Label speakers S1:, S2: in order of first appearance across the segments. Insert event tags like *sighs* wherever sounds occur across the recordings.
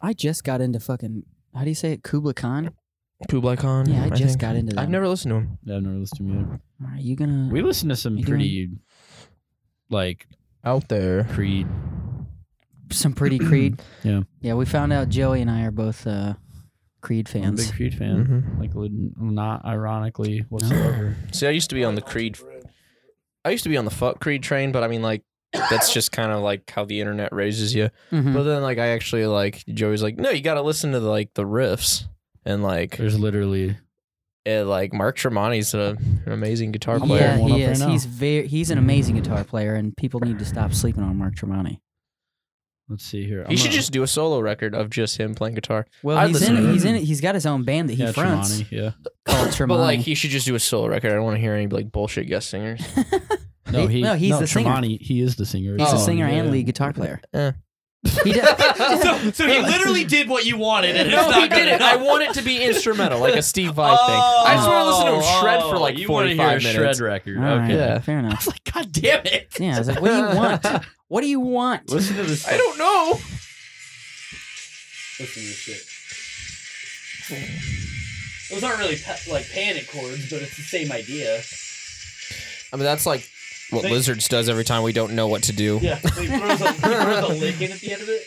S1: I just got into fucking how do you say it? Kubla Khan.
S2: Kublai Khan.
S1: Yeah, I just
S2: think.
S1: got into
S2: I've
S1: them.
S2: never listened to him.
S3: I've never listened to him either.
S1: Are you gonna?
S3: We listened to some
S1: You
S3: pretty, like
S2: Out there.
S3: Creed.
S1: some
S3: *clears throat*
S1: pretty Creed.
S3: Yeah.
S1: Yeah, we found out Joey and I are both uh, Creed
S3: I'm a
S1: fans.
S3: big Creed fan.
S2: Mm-hmm.
S3: Like lin- not ironically whatsoever.
S2: See, I used to be on the Creed. I used to be on the fuck Creed train, but I mean, like, that's just kind of like how the internet raises you.
S1: Mhm.
S2: But then, like, I actually like Joey's like, no, you got to listen to the, like the riffs and like
S3: There's literally
S2: it, like Mark Tremonti's a, an amazing guitar
S3: I'm
S1: yeah,
S2: player.
S3: wearing one up
S1: he
S3: right
S1: is.
S3: now.
S1: he's very. He's an amazing guitar player, and people need to stop sleeping on Mark Tremonti.
S3: let's see here.
S2: He should just do a solo record of just him playing guitar.
S1: Well,
S2: I'd
S1: he's
S2: listen
S1: in.
S2: to
S1: it.
S2: him.
S1: He's in. it. He's got his own band that he
S3: yeah,
S1: fronts
S3: Tremonti, yeah.
S1: called Tremonti.
S2: But like, he should just do a solo record. I don't want to hear any like bullshit guest singers.
S3: No, he,
S1: no, he's the singer.
S3: Tremonti, he is the singer.
S1: he's
S2: Oh,
S1: a singer
S3: yeah.
S1: and lead guitar player.
S2: Eh.
S1: He
S3: *laughs*
S1: does.
S4: so, so he literally did what you wanted, and
S2: *laughs*
S4: it's
S2: no,
S4: not
S2: he
S4: good
S2: didn't.
S4: enough.
S2: I want it to be instrumental, like a Steve Vai thing. I just want to listen to him shred for like
S4: Oh, you wanna
S2: 45
S4: hear a
S2: minutes.
S4: shred record.
S1: All
S4: *laughs*
S1: right,
S2: Okay. Yeah.
S1: fair enough.
S4: Like, God damn it!
S1: Yeah, I was like, what do you want?
S3: *laughs*
S1: What do you want?
S3: Listen to this.
S2: I don't know.
S4: Those aren't really pa- like panic chords, but it's the same idea.
S2: I mean, that's like what
S4: They-
S2: Lizards does every time we don't know what to do.
S4: Yeah, he throws a, he throws a lick in at the end of it.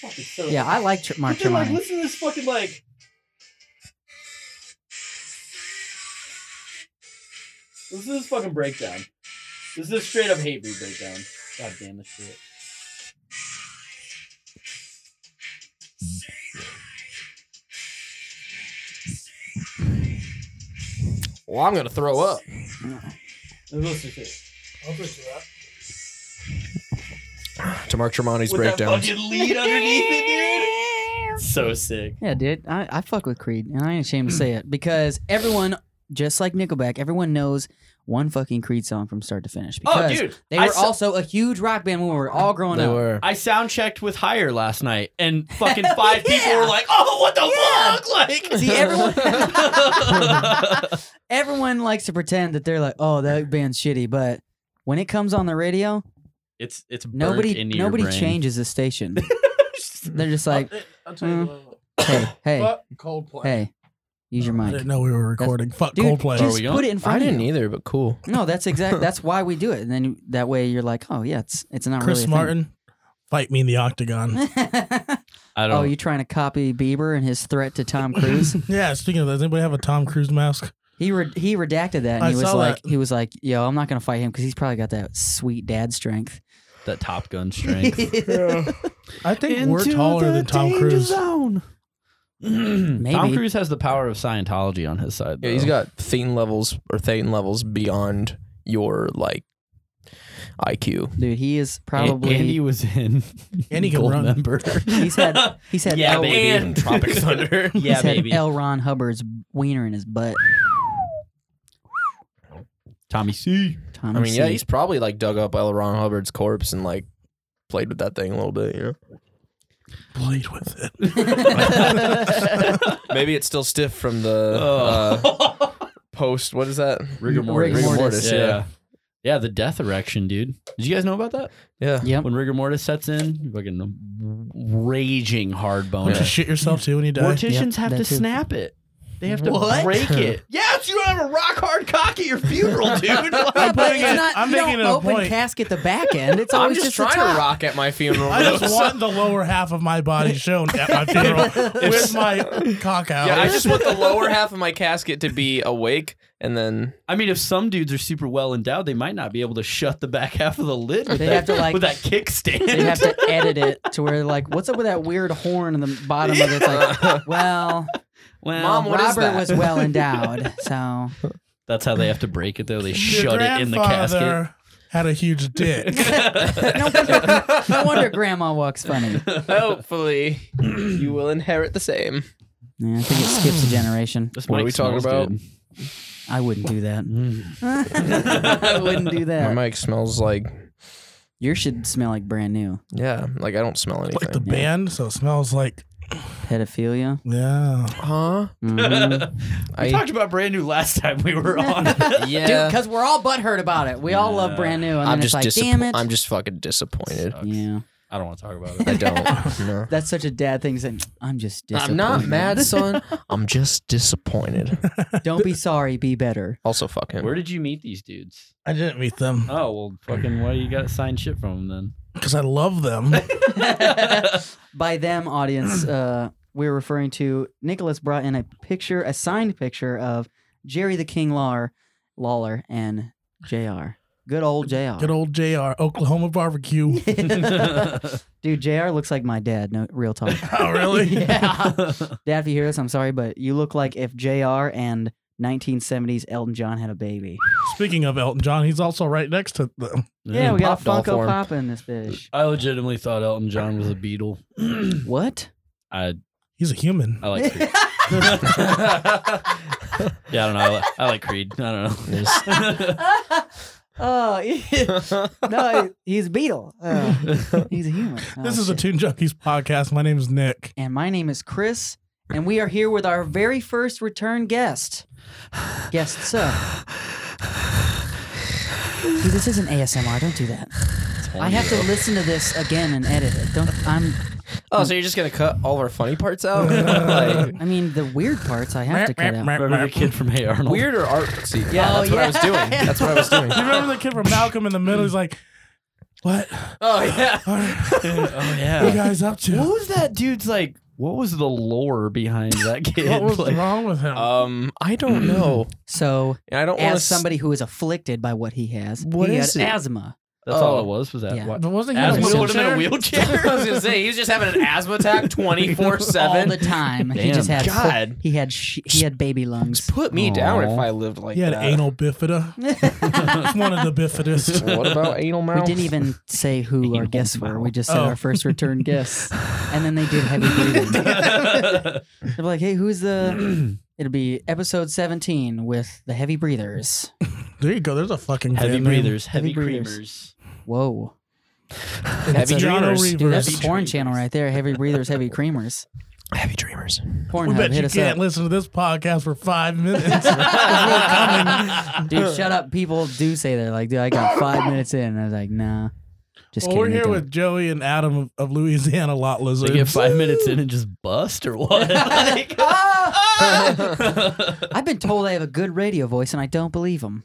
S4: Fucking so-
S1: Yeah, I like Tr-
S3: *laughs*
S1: Mark
S4: But then, like,
S1: Tremonti.
S4: listen to this fucking like. Listen to this fucking breakdown. This is a straight up hate breed breakdown. God damn this shit.
S2: Well, I'm gonna throw up.
S4: Let's listen to this.
S2: To Mark Tremonti's
S4: With
S2: breakdown.
S4: that fucking lead underneath
S1: *laughs*
S4: it, dude. So sick.
S1: Yeah, dude, I, I fuck with Creed, and I ain't ashamed to say it because everyone, just like Nickelback, everyone knows one fucking Creed song from start to finish.
S4: Oh,
S1: Because
S4: dude,
S1: they
S4: I
S1: were
S4: saw-
S1: also a huge rock band when we were all growing up.
S4: I sound checked with Higher last night,
S2: *laughs*
S4: and fucking five
S1: Yeah.
S4: people were like, "Oh, what the
S1: Yeah.
S3: *laughs*
S4: fuck!" Like,
S1: *laughs* See, everyone- Everyone likes to pretend that they're like, oh, that band's shitty, but when it comes on the radio,
S4: it's it's burnt
S1: nobody
S4: into
S1: nobody
S4: your
S3: *laughs*
S4: brain.
S1: changes the station. They're just like,
S5: I'll
S1: tell you
S5: you
S1: Mm. hey, hey,
S5: Coldplay.
S1: hey, use your
S5: I
S1: mic,
S5: didn't know we were recording. Fuck
S1: dude.
S5: Coldplay.
S1: Just
S4: Are we on?
S1: put it in
S2: I
S1: front of
S2: didn't
S1: you.
S2: either, but cool.
S1: No, that's
S5: *laughs*
S1: exact. That's why we do it, and then you- that way you're like, oh yeah, it's it's not
S5: Chris
S1: really a thing.
S5: Martin, fight me in
S1: *laughs*
S5: the octagon.
S4: I
S1: oh, you trying to copy Bieber and his threat to
S5: *laughs*
S1: Tom Cruise?
S5: yeah. Speaking of that, does anybody have a Tom Cruise mask?
S1: he re- he redacted that, and
S5: I
S1: he was
S5: saw
S1: like,
S5: that.
S1: he was like, yo, I'm not gonna fight him because he's probably got that sweet dad strength.
S4: that Top
S1: *laughs*
S4: Gun strength.
S5: I think we're taller than Tom Cruise.
S3: *clears throat*
S1: Maybe.
S3: Tom Cruise has the power of Scientology on his side. Though.
S2: Yeah, he's got Thetan levels or Thetan levels beyond your like IQ.
S1: Dude, he is probably
S3: A- Andy was *laughs* in.
S5: And he can
S3: Gold
S5: run.
S3: member.
S1: *laughs* he's had he's had
S4: yeah,
S1: L,
S4: baby.
S2: And *laughs* Tropic Thunder.
S4: yeah,
S1: he's had
S4: baby.
S1: L. Ron Hubbard's wiener in his butt.
S3: Tommy C.
S1: Tom
S2: I mean, yeah, he's probably like dug up L. Ron Hubbard's corpse and like played with that thing a little bit. You know,
S5: Played with it.
S2: maybe it's still stiff from the uh, post. What is that?
S3: Rigor
S1: mortis.
S2: Rigor
S1: Mortis.
S2: mortis.
S3: Yeah.
S2: yeah.
S3: yeah. the death erection, dude. Did you guys know about that?
S2: Yeah.
S1: Yep.
S3: When rigor mortis sets in, you fucking raging hard boner.
S5: Don't you shit yourself too when you die?
S3: *laughs* Morticians have
S1: that
S3: to
S1: too.
S3: snap it. They have to
S5: What?
S3: break it. yes, you don't have a rock hard cock at your funeral, dude.
S1: Yeah, *laughs* but
S5: putting
S1: it's
S5: it-
S1: not,
S5: I'm
S1: you
S5: making
S1: don't
S5: it a
S1: open
S5: point.
S1: casket the back end. It's
S2: *laughs* I'm
S1: always
S2: just,
S1: the
S2: trying
S1: top.
S2: to rock at my funeral.
S5: I just want the lower half of my body shown at my
S1: *laughs*
S5: funeral with my cock out.
S2: yeah, I just want the lower half of my casket to be awake, and then
S3: I mean, if some dudes are super well endowed, they might not be able to shut the back half of the lid with,
S1: They
S3: that,
S1: have to, like-
S3: with that kickstand.
S1: They have *laughs* to edit it to where like, what's up with that weird horn in the bottom of it? It's *laughs* like, well,
S3: *laughs* well,
S2: Mom, what is
S1: Robert
S2: that?
S1: was well endowed, *laughs* so
S3: that's how they have to break it, though. They
S5: Your
S3: shut it in the casket.
S5: grandfather Had a huge dick.
S1: no wonder, no wonder Grandma walks funny.
S2: hopefully you will inherit the same.
S1: Yeah, I think it skips a generation.
S3: This
S2: What are
S3: mic
S2: we talking about?
S3: smells good.
S1: I wouldn't do that. *laughs* I wouldn't do
S2: My
S1: that.
S2: mic smells like
S1: Yours should smell like brand new
S2: yeah, like I don't smell anything.
S5: like the band, so it smells like
S1: pedophilia.
S5: yeah.
S2: huh?
S1: Mhm.
S3: We
S2: I
S3: talked about brand new last *laughs* time we were on.
S1: Dude,
S2: yeah.
S1: because we're all butthurt about it. We all love brand new, and then
S2: I'm
S1: it's
S2: just
S1: like,
S2: disapp-
S1: damn it.
S2: I'm just fucking disappointed.
S1: yeah.
S3: I don't want to talk about
S2: I
S3: it.
S2: don't. No.
S1: That's such a dad thing. Saying, "I'm just
S2: I'm
S1: disappointed."
S2: not mad, son. I'm just disappointed.
S1: Don't be sorry. Be better.
S2: Also, fuck him.
S3: Where did you meet these dudes?
S5: I didn't meet them
S3: Oh well, fucking. Why you got signed shit from them
S5: because I love them.
S3: then?
S1: By them, *clears throat* audience, uh, we're referring to Nicholas brought in a picture, a signed picture of Jerry the King Lar, Lawler, and Jr. Good old Jr.
S5: Good old Jr. Oklahoma barbecue.
S1: *laughs* Dude, Jr. looks like my dad. No, real *laughs* talk.
S5: oh really?
S1: *laughs* yeah. Dad, if you hear this, I'm sorry, but you look like if Jr. and 1970s Elton John had a baby.
S5: Speaking of Elton John, he's also right next to them.
S1: Yeah, we got a
S2: Pop doll
S1: Funko
S2: form.
S1: Mm. Pop in this bitch.
S3: I legitimately thought Elton John was a *clears throat* Beatle.
S1: *laughs* What?
S3: I
S5: He's a human.
S3: I like *laughs* Creed. yeah, I don't know. I like, I like Creed. I don't know. *laughs*
S2: Yes.
S1: oh, he- *laughs* no, he- he's a beetle. *laughs* Uh, he's a human. Oh,
S5: this is a
S1: shit.
S5: Toon Junkies podcast. My name is Nick.
S1: and my name is Chris, and we are here with our very first return guest. Guest, sir. Dude, this isn't ASMR. Don't do that. I have to listen to this again and edit it. Don't. I'm.
S2: oh, so you're just gonna cut all our funny parts out? *laughs* like,
S1: I mean, the weird parts I have to cut out.
S5: Remember
S3: Remember the kid from Hey Arnold?
S2: weird or artsy? Yeah,
S1: Oh,
S2: that's what I was
S1: yeah.
S2: doing. *laughs* That's what I was doing.
S5: You remember the kid from Malcolm in the Middle? He's like, "What
S2: Oh yeah.
S3: *laughs* Oh
S5: are you
S3: yeah.
S5: guys up
S3: What
S5: to?
S3: was that dude's like? What was the lore behind that *laughs* kid? Uh,
S5: What was
S3: Like,
S5: wrong with him?"
S2: Um, I *clears throat* don't know.
S1: So,
S2: And I don't want to
S1: as somebody who is afflicted by what he has,
S2: What
S1: he
S2: is
S1: had
S2: it?
S1: asthma.
S3: that's all it was. Was that?
S1: Yeah.
S5: but wasn't he in a
S3: Asthma put him in
S5: wheelchair?
S3: a
S2: *laughs*
S3: wheelchair.
S2: I was gonna say he was just having an asthma *laughs* attack twenty four
S1: all
S2: seven.
S1: the time. He just had
S2: Damn.
S1: fl-
S2: God.
S1: he had sh- he had baby lungs.
S2: *laughs* Put me down if
S3: Aw.
S2: I lived like
S5: He had
S2: that.
S5: anal bifida. It's one of the
S3: *laughs*
S5: bifidest.
S2: *laughs* What about anal
S1: We
S2: mouth?
S1: didn't even say who our
S3: Anal
S1: guests were. We
S3: mouth.
S1: just said
S5: Oh.
S1: our first return guests, and then they did heavy breathing. They're like, "Hey, who's the?" It'll be episode seventeen with the heavy breathers.
S5: There you go. There's a fucking
S3: heavy
S5: band name.
S3: breathers, heavy,
S1: Heavy breathers.
S3: creamers.
S1: Whoa,
S2: Heavy
S5: Jono
S2: dreamers.
S1: dude,
S5: Reavers.
S1: that's a porn channel right there. Heavy breathers, heavy creamers.
S2: Heavy *laughs* dreamers.
S5: We
S1: Pornhub,
S5: bet
S1: hit
S5: you
S1: us
S5: can't
S1: up,
S5: listen to this podcast
S1: *laughs*
S5: for five minutes.
S1: dude. Shut up. People do say that. Like, dude, I got
S5: *laughs*
S1: five minutes in, and I was like, nah. Just
S5: well, we're
S1: kidding,
S5: here
S1: they
S5: with Joey and Adam of, of Louisiana Lot
S3: They
S5: Lizards.
S3: get five minutes in and just bust or *laughs* what? Like,
S1: don't. I've been told I have a good radio voice, and I don't believe them.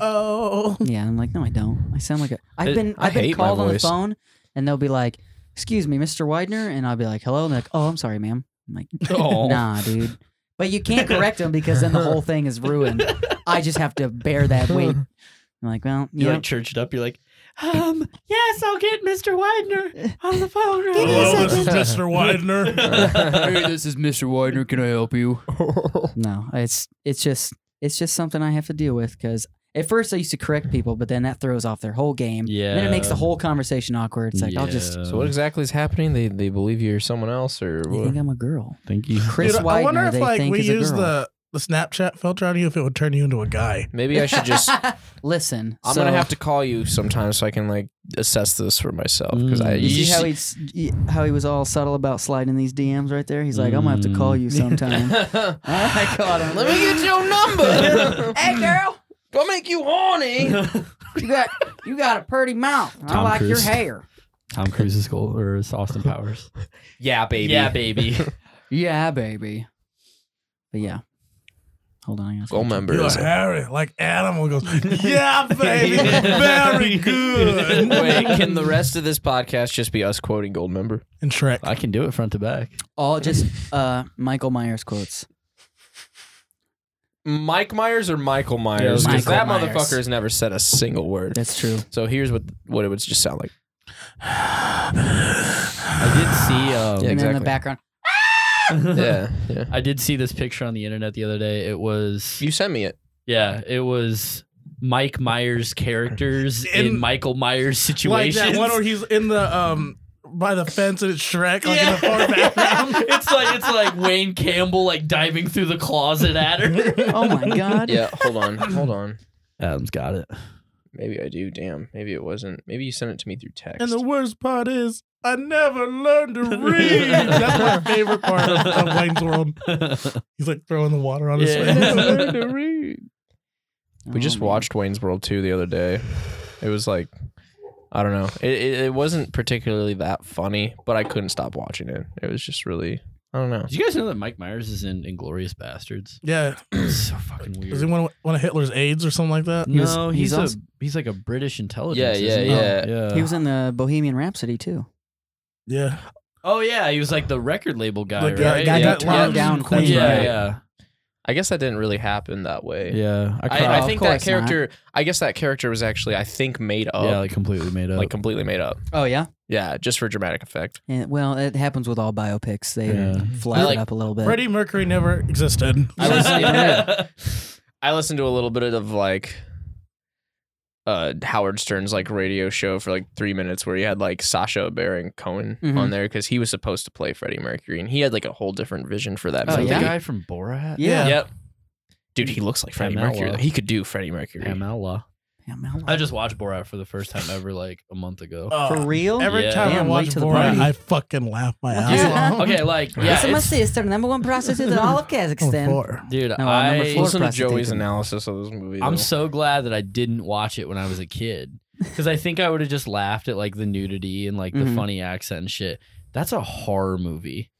S5: oh,
S1: Yeah, I'm like, no, I don't. I sound like a. I've
S3: It-
S1: been
S2: I
S1: I've been
S2: hate my
S1: called on the
S2: voice.
S1: phone, and they'll be like, "Excuse me, Mr. Widener," and I'll be like, "Hello," and they're like, "Oh, I'm sorry, ma'am." I'm like, *laughs*
S3: Aw.
S1: "Nah, dude." But you can't correct them because then the whole thing is ruined. I just have to bear that weight. I'm like, well,
S3: You
S1: yeah.
S3: like church it up.
S2: *laughs*
S3: You're like, um, yes, I'll get Mr. Widener on the phone. Right
S5: hello,
S3: now."
S1: *laughs*
S5: this is
S3: *laughs*
S5: Mr. Widener.
S1: hey, this is Mr. Widener. Can I help you? no, it's it's just it's just something I have to deal with because at first I used to correct people, but then that throws off their whole game. And then it makes the
S3: Yeah.
S1: whole conversation awkward. It's like I'll just.
S2: So what exactly is happening? They they believe you're someone else or
S1: You
S2: what?
S1: think I'm a girl?
S3: Thank you.
S1: Chris
S5: Dude, I wonder
S1: Widener,
S5: if
S1: they
S5: like
S1: think
S5: we
S1: is a
S5: use
S1: girl.
S5: the the Snapchat filter on you if it would turn you into a guy.
S2: Maybe I should *laughs* just.
S1: *laughs* listen.
S2: I'm
S1: so,
S2: gonna have to call you sometime so I can like assess this for myself because I.
S3: Mm.
S1: You see how
S2: just-
S1: he's how he was all subtle about sliding these DMs right there. He's like, I'm gonna have to call you *laughs* sometime.
S2: *laughs*
S1: I caught him.
S2: Let me get your *laughs* number.
S1: Hey, girl,
S2: Go make you horny.
S1: you got you got a pretty mouth. I
S3: Tom
S1: like your
S3: Cruise.
S1: hair.
S3: Tom Cruise's goal or is Austin Powers?
S2: *laughs* Yeah, baby. *laughs*
S3: Yeah, baby.
S1: Yeah, baby. But yeah, hold on. I gotta
S2: Goal member.
S5: You're
S2: is *laughs* it?
S5: Harry, like
S1: *laughs*
S5: Adam will goes, yeah, baby,
S1: *laughs*
S5: very good.
S2: Wait, can the rest of this podcast just be us quoting Gold Member?
S5: And Shrek,
S3: I can do it front to back.
S1: all just uh Michael Myers quotes.
S2: Mike Myers or Michael Myers?
S1: Michael
S2: Because that
S1: Myers.
S2: motherfucker has never said a single word.
S1: That's true.
S2: So here's what what it would just sound like.
S3: I did see.
S2: Yeah,
S1: and
S3: Um,
S1: then in
S2: exactly.
S1: the background,
S2: Yeah, yeah.
S3: I did see this picture on the internet the other day. It was
S2: You sent me *laughs* it.
S3: yeah, it was Mike Myers
S5: *laughs*
S3: characters in,
S5: In-
S3: Michael Myers
S5: like
S3: situations.
S5: that
S3: *laughs*
S5: one where he's in the um by the fence and it's Shrek, like in the far background. *laughs*
S3: it's like it's like Wayne Campbell like diving through the closet at
S5: *laughs*
S3: her.
S1: oh my god,
S2: Yeah, hold on, hold on.
S3: Adam's got it.
S2: Maybe I do. Damn. Maybe it wasn't. Maybe you sent it to me through text. *laughs*
S5: And the worst part is, I never learned to read. That's my favorite part of, of Wayne's World. He's like throwing the water on his
S3: Yeah.
S5: face.
S1: *laughs*
S2: we
S1: Oh,
S2: just
S1: man. Oh
S2: watched Wayne's World 2 the other day. It was like I don't know. It, it it wasn't particularly that funny, but I couldn't stop watching it. It was just really I don't know.
S3: Did you guys know that Mike Myers is in Inglorious Bastards?
S5: Yeah.
S3: It's so fucking weird.
S5: Is he one of, one of Hitler's aides or something like that?
S1: He was-
S3: no,
S1: he's
S3: he's, a
S1: also-
S3: he's like a British intelligence.
S2: Yeah, yeah,
S3: isn't he?
S2: yeah.
S3: yeah.
S1: He was in the Bohemian Rhapsody too.
S5: Yeah.
S3: oh yeah, he was like the record label guy,
S5: The guy-
S3: Uh, right?
S5: guy
S2: Yeah,
S5: that
S2: yeah,
S5: loves
S1: down-
S5: Queen.
S1: that's
S3: yeah,
S1: right.
S3: yeah,
S2: I guess that didn't really happen that way.
S3: yeah. I,
S2: I,
S1: Oh,
S2: I
S1: of
S2: think that
S1: course not.
S2: character. I guess that character was actually I think made up,
S3: yeah, like uh, completely made up.
S2: like completely made up.
S1: Oh yeah.
S2: Yeah, just for dramatic effect.
S1: And, well, it happens with all biopics. They
S3: Yeah.
S1: fluff
S2: I
S1: it
S2: like-
S1: up a little bit.
S5: Freddie Mercury never existed.
S2: I was-
S3: yeah.
S2: I listened to a little bit of like uh Howard Stern's like radio show for like three minutes where he had like Sasha Baron Cohen
S1: Mhm.
S2: on there because he was supposed to play Freddie Mercury and he had like a whole different vision for that
S1: Oh,
S3: Is that
S2: movie.
S1: yeah?
S3: the guy from Borat?
S1: Yeah.
S2: Yep. Dude, he looks like Freddie
S3: Pamela.
S2: Mercury. though. He could do Freddie Mercury.
S3: Pamela.
S1: Damn,
S3: I just watched Borat for the first time ever like a month ago.
S5: *laughs* Uh,
S1: for real.
S5: Every
S3: Yeah.
S5: time
S1: Damn,
S5: I
S1: late
S5: watch
S1: to the
S5: Borat,
S1: party.
S5: I fucking laugh my
S1: What
S5: ass
S1: the
S5: off.
S1: hell?
S4: *laughs*
S3: Okay, like yeah,
S1: Listen, my
S3: it's,
S1: sister, number one prostitute in all of
S5: Oh,
S1: Kazakhstan.
S5: four. *gasps*
S3: dude,
S1: No, uh, number
S3: I
S1: four.
S2: Listen to
S1: prostitute.
S2: Joey's analysis of this movie.
S3: I'm
S2: though.
S3: so glad that I didn't watch it when I was a kid because I think I would have just laughed at like the nudity and like the
S1: Mhm.
S5: Mm-hmm.
S3: funny accent and shit. That's a horror movie,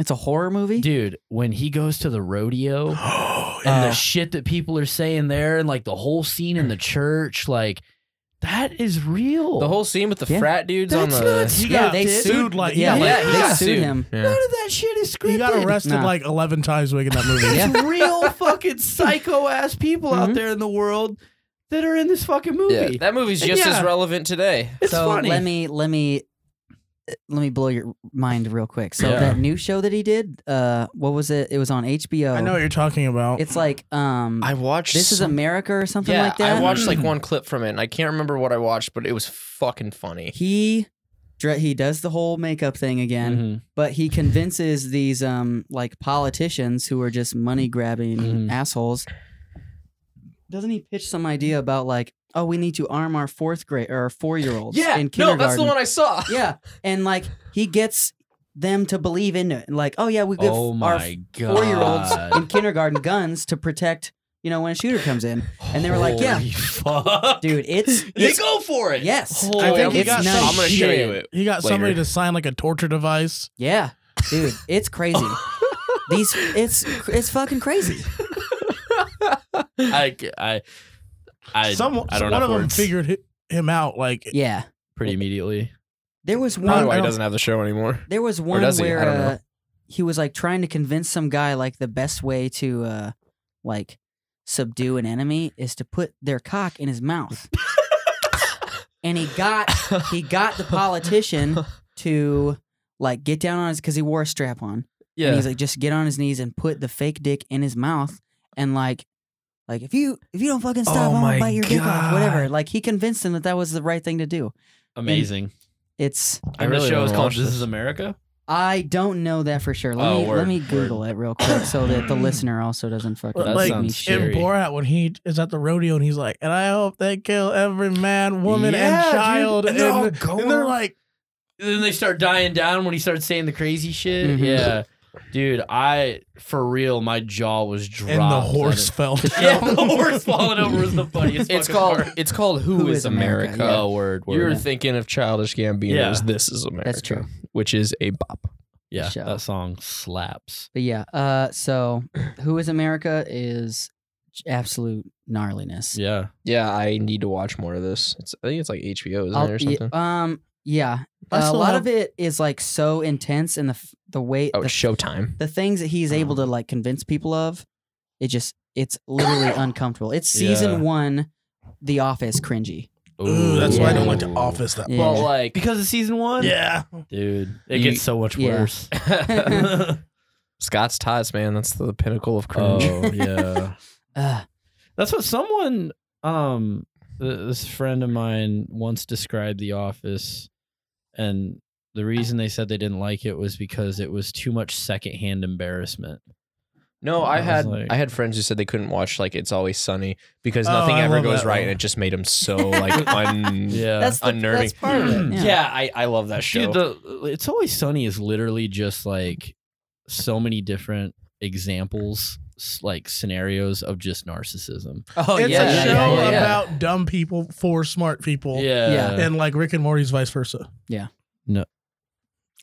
S1: It's a horror movie.
S3: dude. When he goes to the rodeo and
S5: Oh,
S3: the
S1: Uh.
S3: shit that people are saying there, and like the whole scene in the church, like that is real.
S2: the whole scene with the
S1: Yeah.
S2: frat dudes on
S3: That's
S2: the
S3: not
S5: he
S1: yeah,
S5: got
S1: they
S5: sued,
S1: sued-
S5: like
S1: yeah,
S5: he got,
S3: like-
S1: they
S3: he got
S1: sued
S2: sued.
S1: him.
S2: Yeah.
S3: none of that shit is scripted.
S5: he got arrested
S1: Nah.
S5: like eleven times making that movie.
S1: Yeah.
S3: There's *laughs* real fucking psycho ass people
S1: Mhm.
S3: out there in the world that are in this fucking movie.
S2: Yeah, that movie's just
S3: Mm-hmm. Yeah.
S2: as relevant today.
S3: it's
S1: so
S3: funny.
S1: let me let me let me blow your mind real quick. So
S3: Yeah.
S1: that new show that he did, uh, what was it? It was on HBO.
S5: I know what you're talking about.
S1: It's like um,
S2: I watched
S1: this is
S2: some-
S1: America or something
S2: yeah,
S1: like that. Mm.
S2: I watched like one clip from it, and I can't remember what I watched, but it was fucking funny.
S1: he dre- he does the whole makeup thing again,
S3: Mhm.
S1: but he convinces these um like politicians who are just money grabbing
S3: Mhm.
S1: assholes. Doesn't he pitch some idea about like, oh, we need to arm our fourth grade or our four year olds?
S2: yeah,
S1: in
S2: no,
S1: kindergarten.
S2: that's the one I saw.
S1: yeah, and like he gets them to believe in it. Like, oh yeah, we give
S3: Oh
S1: our
S3: my god.
S1: four year olds in kindergarten guns to protect, you know, when a shooter comes in. And they were like,
S3: *laughs*
S1: yeah.
S3: Holy fuck.
S1: Dude, it's,
S2: They
S1: it's
S2: go for it.
S1: yes.
S3: Holy
S5: I think he
S1: it's
S5: got
S1: nice.
S5: some-
S2: *laughs* I'm gonna show you it.
S5: he got somebody
S2: later.
S5: to sign like a torture device.
S1: Yeah. Dude, it's
S5: *laughs*
S1: crazy. These it's it's fucking crazy.
S3: Mm-hmm. I, I, I,
S5: Some
S3: I don't
S5: one
S3: have
S5: of them
S3: words.
S5: figured hi- him out. Like
S1: Yeah.
S3: pretty immediately.
S1: There was
S2: Probably
S1: one
S2: why he
S5: No.
S2: doesn't have the show anymore.
S1: there was one
S2: does he? I
S1: where
S2: don't
S1: uh,
S2: know.
S1: he was like trying to convince some guy like the best way to uh like subdue an enemy is to put their cock in his
S2: *laughs*
S1: mouth. and he got
S3: *laughs*
S1: he got the
S2: *laughs*
S1: politician to like get down on his because he wore a strap on. And
S2: Yeah,
S1: he's like, just get on his knees and put the fake dick in his mouth and like like if you if you don't fucking stop,
S2: Oh
S1: I'm gonna
S2: my
S1: bite your dick off. Whatever.
S2: God.
S1: Like he convinced him that that was the right thing to do.
S3: Amazing.
S1: It's
S2: I
S3: and
S2: really
S3: the show
S2: wanna
S3: is called
S2: watch
S3: This
S2: this.
S3: Is America.
S1: I don't know that for sure. Let
S3: Oh,
S1: me let
S3: word,
S1: me Google it real quick so that
S2: *coughs*
S1: the listener also doesn't fucking
S5: Well,
S1: give
S5: like,
S1: me
S3: sounds
S1: shit.
S5: in
S3: Jerry.
S5: Borat when he is at the rodeo and he's like, and I hope they kill every man, woman,
S3: Yeah,
S5: and
S3: dude.
S5: child.
S3: And they're all
S5: and
S3: going
S5: they're
S3: on.
S5: like,
S3: Then they start dying down when he starts saying the crazy shit.
S1: Mhm.
S3: Yeah. Dude, I, for real, my jaw was dropped.
S5: and the
S3: I
S5: horse fell.
S3: didn't- *laughs*
S5: *laughs*
S3: Yeah, the horse falling over was the funniest
S2: it's
S3: fucking
S2: called
S3: part.
S2: it's called Who,
S1: Who
S2: is,
S1: is
S2: America?
S1: America?
S3: *laughs* Oh, word, word.
S2: You're thinking of Childish Gambino's
S3: Yeah.
S2: This Is America.
S1: true.
S2: Which is a bop.
S3: yeah,
S1: show.
S3: that song slaps.
S1: But yeah, uh so
S2: *coughs*
S1: Who is America is j- absolute gnarliness.
S3: Yeah.
S2: Yeah, I need to watch more of this. It's I think it's like HBO, isn't
S1: I'll-
S2: it, or
S1: y-
S2: something?
S1: um yeah.
S5: I
S1: a
S5: still
S1: lot
S5: have-
S1: of it is like so intense and the f- the way
S2: oh,
S1: the,
S2: it's Showtime.
S1: the things that he's able
S3: Uh-huh.
S1: to like convince people of, it just it's
S3: *coughs*
S1: literally uncomfortable. It's season
S3: Yeah.
S1: 1 The Office cringy.
S5: Ooh, that's why I don't like the
S3: Ooh.
S5: office that
S1: Yeah.
S5: much.
S2: Well,
S3: uh,
S2: like
S3: Because of season one?
S5: Yeah.
S3: Dude, it
S2: You-
S3: gets so much
S1: yeah.
S3: *laughs* worse.
S2: *laughs* Scott's Tots, man, that's the pinnacle of cringe.
S3: oh, *laughs* yeah.
S1: Ugh.
S3: That's what someone, um, th- this friend of mine once described The Office, and the reason they said they didn't like it was because it was too much secondhand embarrassment.
S2: No, I,
S3: I was
S2: had
S3: like-
S2: I had friends who said they couldn't watch like It's Always Sunny because
S5: Oh,
S2: nothing
S5: I
S2: ever
S5: love
S2: goes
S5: that
S2: right,
S5: one.
S2: and it just made them so like un.
S3: Yeah,
S1: that's the,
S2: unnerving.
S1: That's part of it.
S2: Yeah,
S1: yeah.
S2: I, I love that show.
S3: dude. The It's Always Sunny is literally just like so many different examples s- like scenarios of just narcissism.
S1: Oh
S5: it's
S1: yeah,
S5: a
S1: yeah,
S5: show
S1: yeah, yeah.
S5: about dumb people for smart people.
S1: Yeah.
S5: And like Rick and Morty's vice versa.
S1: Yeah.
S3: No.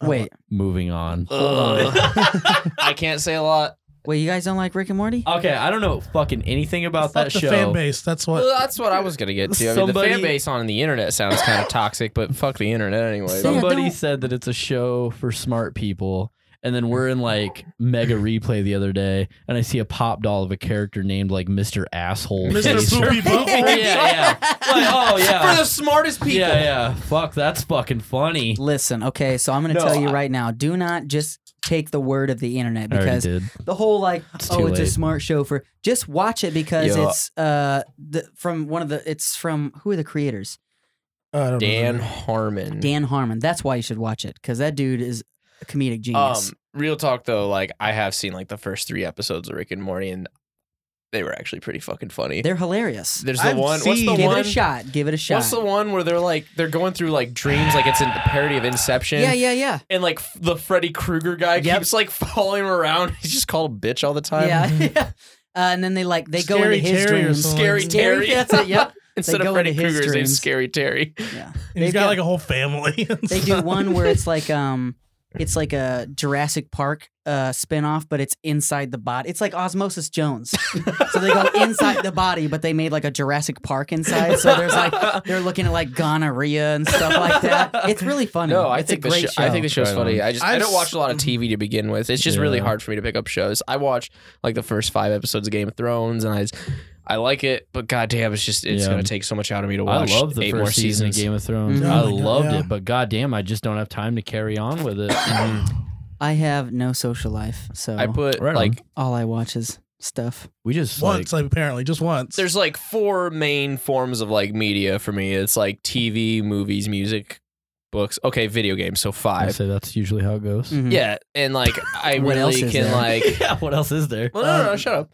S5: I'm
S1: Wait,
S5: like,
S3: Moving on.
S2: Ugh. *laughs* I can't say a lot.
S1: wait, you guys don't like Rick and Morty?
S3: Okay, I don't know fucking anything about
S5: fuck
S3: that
S5: the
S3: show.
S5: fan base. That's what.
S2: Well, that's what I was gonna get to. I mean,
S3: Somebody-
S2: the fan base on the internet sounds kind of toxic, but fuck the internet
S1: *laughs*
S2: anyway.
S1: Some-
S3: Somebody
S1: don't-
S3: *laughs* said that it's a show for smart people. And then we're in like mega replay the other day, and I see a pop doll of a character named like Mr. Asshole.
S5: Mr.
S3: Face.
S5: Poopy *laughs*
S1: *laughs*
S3: yeah, yeah.
S5: Butthole.
S3: Like, oh yeah.
S2: For the smartest people.
S3: *laughs* Yeah, yeah. Fuck, that's fucking funny.
S1: Listen, okay, so I'm gonna
S2: No,
S1: tell you
S2: I-
S1: right now, do not just take the word of the internet
S3: I already
S1: because
S3: did.
S1: the whole like
S3: It's
S1: oh
S3: too
S1: it's a
S3: late.
S1: smart show for just watch it because
S2: Yeah.
S1: it's uh the, from one of the it's from who are the creators
S5: I don't
S2: Dan
S5: know.
S2: Harmon.
S1: Dan Harmon that's why you should watch it because that dude is a comedic
S2: Um,
S1: genius
S2: real talk though, like I have seen like the first three episodes of Rick and Morty, and they were actually pretty fucking funny.
S1: they're hilarious
S2: There's the
S5: I've
S2: one. What's the
S5: seen-
S1: give
S2: one?
S1: it a shot give it a shot
S2: What's the one where they're like they're going through like dreams, like it's in the parody of Inception,
S1: yeah yeah yeah
S2: and like f- the Freddy Krueger guy
S1: Yep.
S2: keeps like *laughs* following him around. He's just called a bitch all the time.
S1: yeah *laughs* yeah uh, and then they like they go
S5: Scary
S1: into his
S5: Terry or
S1: dreams
S5: something.
S2: *laughs* Scary Terry.
S1: that's it
S2: *laughs*
S1: yep
S2: Instead
S1: go
S2: of Freddy
S1: into his
S2: Krueger's name's
S1: dreams. *laughs*
S2: Scary Terry. *laughs*
S1: yeah
S5: And He's
S1: They've
S5: got
S1: got-
S5: like a whole family.
S1: *laughs* They
S5: *laughs*
S1: do one where it's like um it's like a Jurassic Park uh spinoff, but it's inside the body. It's like Osmosis
S2: *laughs*
S1: Jones. so they go inside the body, but they made like a Jurassic Park inside. So there's like they're looking at like gonorrhea and stuff like that. It's really funny.
S2: No, I
S1: it's
S2: think
S1: a
S2: the
S1: great
S2: show,
S1: show.
S2: I think the show's
S3: Right
S2: funny.
S3: on.
S2: I just I
S5: I've
S2: don't watch
S5: s-
S2: a lot of TV to begin with. It's just really
S3: Yeah.
S2: hard for me to pick up shows. I watch like the first five episodes of Game of Thrones, and I s- I like it, but goddamn, it's just it's
S3: Yeah.
S2: gonna take so much out of me to
S3: I
S2: watch.
S3: love the
S2: eight more
S3: first season of
S2: seasons.
S3: Game of Thrones.
S1: Mhm.
S3: I
S5: Oh my God,
S3: loved
S5: yeah.
S3: it, but goddamn, I just don't have time to carry on with
S5: *clears throat*
S3: it.
S1: I have no social life, so
S2: I put
S3: Right on.
S2: like
S1: all I watch is stuff.
S3: we just like,
S5: once, like, apparently, just once.
S2: there's like four main forms of like media for me. It's like TV, movies, music, books. Okay, video games. So
S3: I
S2: five.
S3: say that's usually how it goes.
S5: Mm. Mm-hmm.
S1: Mhm.
S2: Yeah, and like I
S1: What else
S2: really
S1: is
S2: can
S1: there?
S4: *laughs*
S2: like.
S3: *laughs* yeah, what else is there?
S2: Well, no, no, no,
S5: Um,
S2: shut up.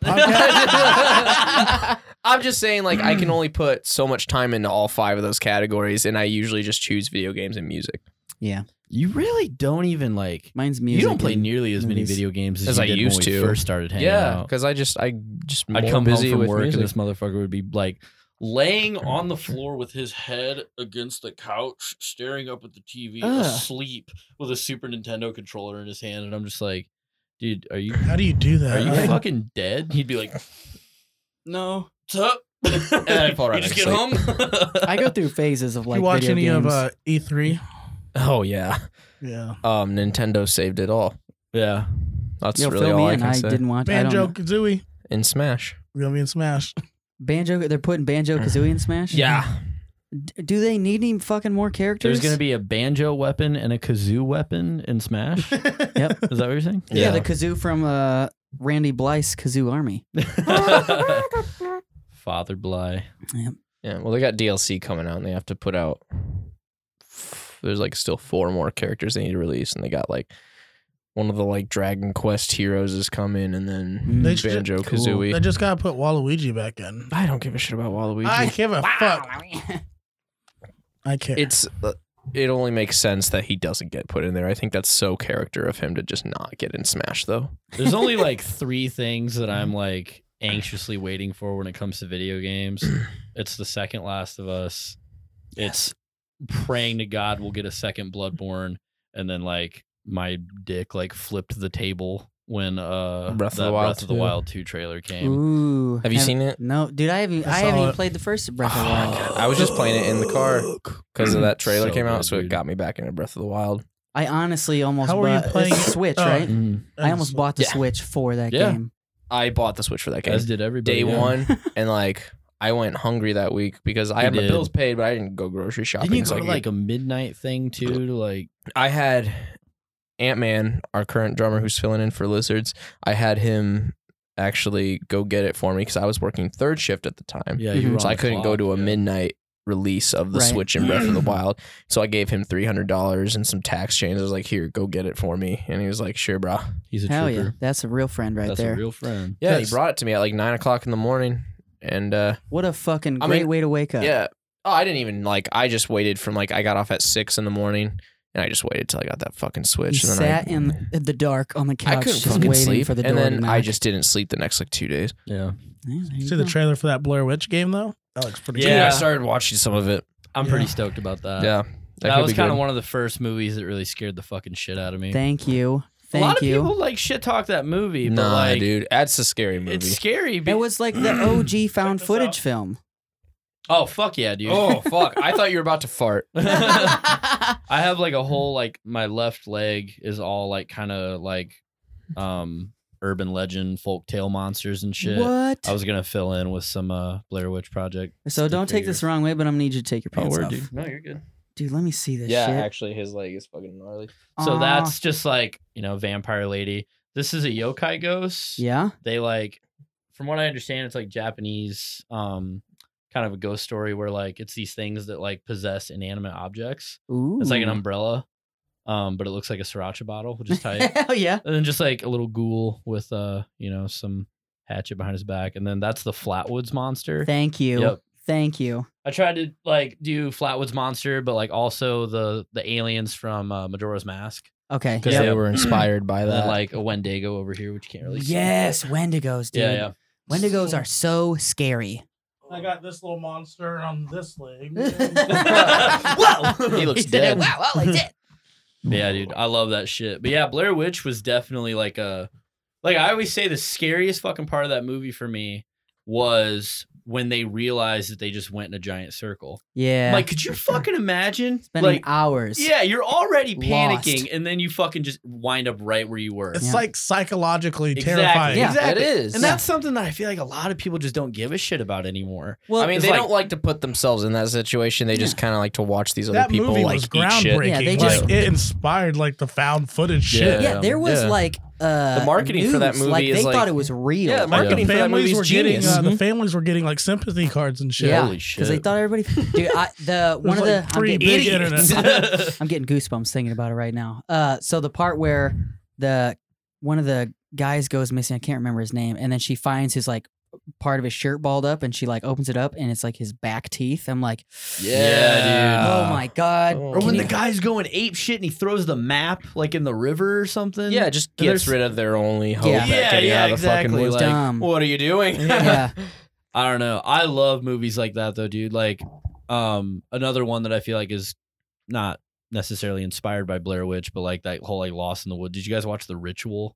S5: podcast.
S2: *laughs* I'm just saying, like, I can only put so much time into all five of those categories, and I usually just choose video games and music.
S3: You really don't even like.
S1: Mine's music.
S3: you don't play
S1: and-
S3: nearly as many
S1: movies.
S3: video games as,
S2: As
S3: you
S2: I
S3: did
S2: used
S3: when
S2: to.
S3: we first started hanging
S2: yeah,
S3: out.
S2: because I just, I just,
S3: I'd
S2: more
S3: come home
S2: busy
S3: from
S2: with
S3: work
S2: music.
S3: and this
S2: *laughs*
S3: motherfucker would be like *clears throat* laying on the floor with his head against the couch, staring up at the TV,
S1: Ugh.
S3: asleep with a Super Nintendo controller in his hand, and I'm just like, dude, *clears throat* are you
S5: How do you do
S3: are
S5: that?
S3: you
S5: I-
S3: fucking dead? He'd be *laughs* like, no, what's up? and
S2: I'd
S3: *laughs*
S2: fall right
S3: you just
S2: back
S3: get home.
S1: I go through phases of like
S5: you watch
S1: video
S5: any
S1: games.
S5: of uh, E3?
S2: oh yeah,
S5: Yeah.
S2: um, Nintendo saved it all.
S3: yeah,
S2: That's
S1: Yo,
S2: really
S1: fill
S2: all
S1: me
S2: I
S1: in.
S2: can
S1: I
S2: say.
S1: didn't watch. I
S5: Banjo
S1: don't know.
S5: Kazooie.
S2: In Smash,
S5: We're gonna be in Smash.
S1: Banjo. They're putting
S2: *laughs*
S1: Banjo Kazooie in Smash.
S2: yeah,
S1: D- do they need any fucking more characters?
S3: there's gonna be a banjo weapon and a kazoo weapon in
S5: *laughs*
S3: Smash. Is
S5: yep.
S3: that what you're
S5: *laughs*
S3: saying? *laughs*
S1: Yeah,
S2: Yeah.
S1: the kazoo from uh, Randy Blythe's Kazoo Army.
S3: Father Bly.
S2: yeah. Well, they got DLC coming out, and they have to put out. There's like still four more characters they need to release, and they got like one of the like Dragon Quest heroes is coming, and then
S5: Mm. They should-
S2: Banjo
S5: They
S2: Kazooie.
S5: just gotta put Waluigi back in.
S2: I don't give a shit about Waluigi.
S5: I give a fuck.
S1: *laughs*
S5: I care.
S2: it's uh, it only makes sense that he doesn't get put in there. I think that's so character of him to just not get in Smash though.
S3: There's
S2: *laughs*
S3: only like three things that I'm like anxiously waiting for when it comes to video
S2: *clears throat*
S3: games. It's the second Last of Us. It's praying to God we'll get a second Bloodborne, and then like my dick like flipped the table when uh
S2: Breath of
S3: that
S2: the Wild
S3: Breath of the
S2: 2.
S3: Wild two trailer came.
S1: Ooh.
S2: Have you seen it?
S1: No, dude. I haven't.
S5: I
S1: I,
S5: saw
S1: haven't even
S5: it.
S1: played the first Breath of the Wild.
S2: *sighs* I was just playing it in the car because of that trailer
S3: So
S2: came out,
S3: good,
S2: so it
S3: dude.
S2: got me back into Breath of the Wild.
S1: I honestly almost
S5: How were you
S1: bought
S5: playing
S1: it's
S5: it?
S1: Switch,
S5: Oh.
S1: right?
S3: Mm,
S1: I almost bought the
S2: Yeah.
S1: Switch for that
S3: Yeah.
S1: game.
S2: I bought the Switch for that game
S3: as did everybody.
S2: day
S3: yeah.
S2: one,
S1: *laughs*
S2: and like I went hungry that week because I
S3: You
S2: had my
S3: did.
S2: bills paid, but I didn't go grocery shopping.
S3: Didn't you
S2: so
S3: go
S2: I
S3: to
S2: could-
S3: like a midnight thing too? To like
S2: I had Ant Man, our current drummer who's filling in for Lizards. I had him actually go get it for me because I was working third shift at the time.
S3: yeah, you
S1: Mhm.
S3: were
S2: Mm-hmm. so
S3: on
S2: I
S3: the
S2: couldn't go
S3: clock,
S2: to a
S3: yeah.
S2: midnight release of the
S1: Right.
S2: Switch in Breath of
S3: *clears throat*
S2: the Wild. So I gave him three hundred dollars and some tax change. I was like, "Here, go get it for me," and he was like, "Sure, bro."
S3: He's a
S1: Hell
S3: trooper.
S1: yeah, that's a real friend right
S3: That's
S1: there.
S3: a real friend.
S2: Yeah,
S5: Yes.
S2: he brought it to me at like nine o'clock in the morning, and uh,
S1: what a fucking
S2: I
S1: great
S2: mean,
S1: way to wake up.
S2: yeah. Oh, I didn't even like. I just waited from like I got off at six in the morning. And I just waited till I got that fucking switch.
S1: He
S2: and then
S1: sat
S2: I,
S1: in the dark on the
S2: I
S1: couch,
S2: couldn't
S1: just
S2: fucking
S1: waiting
S2: sleep.
S1: for the door
S2: and
S1: to
S2: then
S1: knock.
S2: I just didn't sleep the next like two days.
S3: Yeah.
S1: Yeah, there you
S5: See the
S1: go.
S5: trailer for that Blair Witch game though? That looks pretty
S2: Yeah,
S3: Yeah.
S2: I started watching some of it.
S3: I'm
S5: Yeah.
S3: pretty stoked about that.
S2: yeah,
S3: That,
S2: could
S3: was
S2: be
S3: kind of
S2: good.
S3: one of the first movies that really scared the fucking shit out of me.
S1: Thank you.
S3: a lot
S1: Thank
S3: of
S1: you.
S3: people like shit talk that movie, but
S2: Nah,
S3: like
S2: dude, that's a scary movie.
S3: it's scary. Be-
S1: It was *laughs* like the OG found
S4: this out.
S1: footage film.
S3: oh fuck yeah, dude.
S2: oh fuck! I thought you were about
S1: *laughs*
S2: to fart.
S3: I have like a whole like my left leg is all like kind of like um urban legend folk tale monsters and *laughs* shit.
S1: What?
S3: I was gonna fill in with some uh Blair Witch Project.
S1: so don't take this the wrong way, but I'm gonna need you to take your
S3: Oh,
S1: pants off. Dude.
S2: No, you're good.
S1: let me see this
S2: Yeah,
S1: shit.
S2: actually, his leg is fucking gnarly.
S3: *laughs* So
S1: Aw.
S3: that's just like you know vampire lady. This is a yokai ghost.
S1: yeah.
S3: They like, from what I understand, it's like Japanese um kind of a ghost story where like it's these things that like possess inanimate objects.
S1: Ooh.
S3: It's
S1: *laughs*
S3: like an umbrella, um, but it looks like a sriracha bottle, which is
S1: *laughs*
S3: tight.
S1: Hell yeah.
S3: and then just like a little ghoul with uh you know some hatchet behind his back and then that's the flatwoods monster
S1: Thank you.
S3: Yep.
S1: Thank you.
S3: i tried to like do flatwoods monster but like also the the aliens from uh, majora's mask
S1: Okay.
S2: Because
S3: Yep.
S2: they were inspired by *clears throat*
S3: and
S2: that.
S3: then like a wendigo over here which you can't really see
S1: Yes, Wendigos, dude.
S3: yeah yeah
S1: Wendigos are so scary.
S5: I got this little monster on
S1: *laughs*
S5: this leg.
S1: Whoa!
S2: He looks
S1: said it,
S2: dead.
S1: Wow, wow, like that.
S3: But yeah dude i love that shit but yeah blair witch was definitely like a like i always say the scariest fucking part of that movie for me was when they realized that they just went in a giant circle
S1: *laughs* Yeah.
S3: like could you fucking imagine
S1: spending
S3: like
S1: hours.
S3: Yeah, you're already
S1: Lost.
S3: panicking, and then you fucking just wind up right where you were.
S5: It's
S1: Yeah.
S5: like psychologically
S3: Exactly.
S5: terrifying.
S1: Yeah.
S2: It is.
S3: And that's something that I feel like a lot of people just don't give a shit about anymore.
S1: Well,
S2: I mean,
S3: It's
S2: they
S3: like-
S2: don't like to put themselves in that situation. They just kind of like to watch these other
S5: That
S2: people
S5: movie
S2: like
S5: was
S2: eat shit.
S5: groundbreaking.
S1: Yeah, they
S5: like
S1: just-
S5: it inspired like the found footage shit.
S1: yeah. There was
S2: Yeah.
S1: like uh,
S2: The marketing for that
S1: news,
S2: movie
S1: like,
S2: is
S1: they
S2: like-
S1: thought it was real.
S2: Yeah, the marketing for that movie
S5: Families
S2: is
S5: were getting
S2: genius.
S5: uh, the families were getting like sympathy cards and shit.
S1: Mm-hmm. Yeah,
S3: Holy shit!
S1: because they thought everybody. Dude, I, the one of
S5: like
S1: the
S5: three
S1: I'm
S5: big
S1: getting, *laughs*
S5: internet- *laughs*
S1: I'm getting goosebumps thinking about it right now. Uh, so the part where the one of the guys goes missing, I can't remember his name, and then she finds his like part of his shirt balled up, and she like opens it up, and it's like his back teeth. I'm like,
S3: Yeah, dude.
S1: oh my god.
S2: Oh.
S3: or
S1: Can
S3: when
S1: you-
S3: the guy's going ape shit and he throws the map like in the river or something.
S2: Yeah, it just
S3: And
S2: gets
S3: there's-
S2: rid of their only hope
S1: Yeah.
S2: at
S3: Yeah,
S2: getting
S3: yeah,
S2: out of the
S3: exactly,
S2: fucking woods.
S3: like-
S1: dumb.
S2: *laughs* what are you doing?
S1: yeah,
S3: I don't know. I love movies like that though, dude. Like, um, another one that I feel like is not necessarily inspired by Blair Witch, but like that whole like Lost in the Wood. Did you guys watch The Ritual?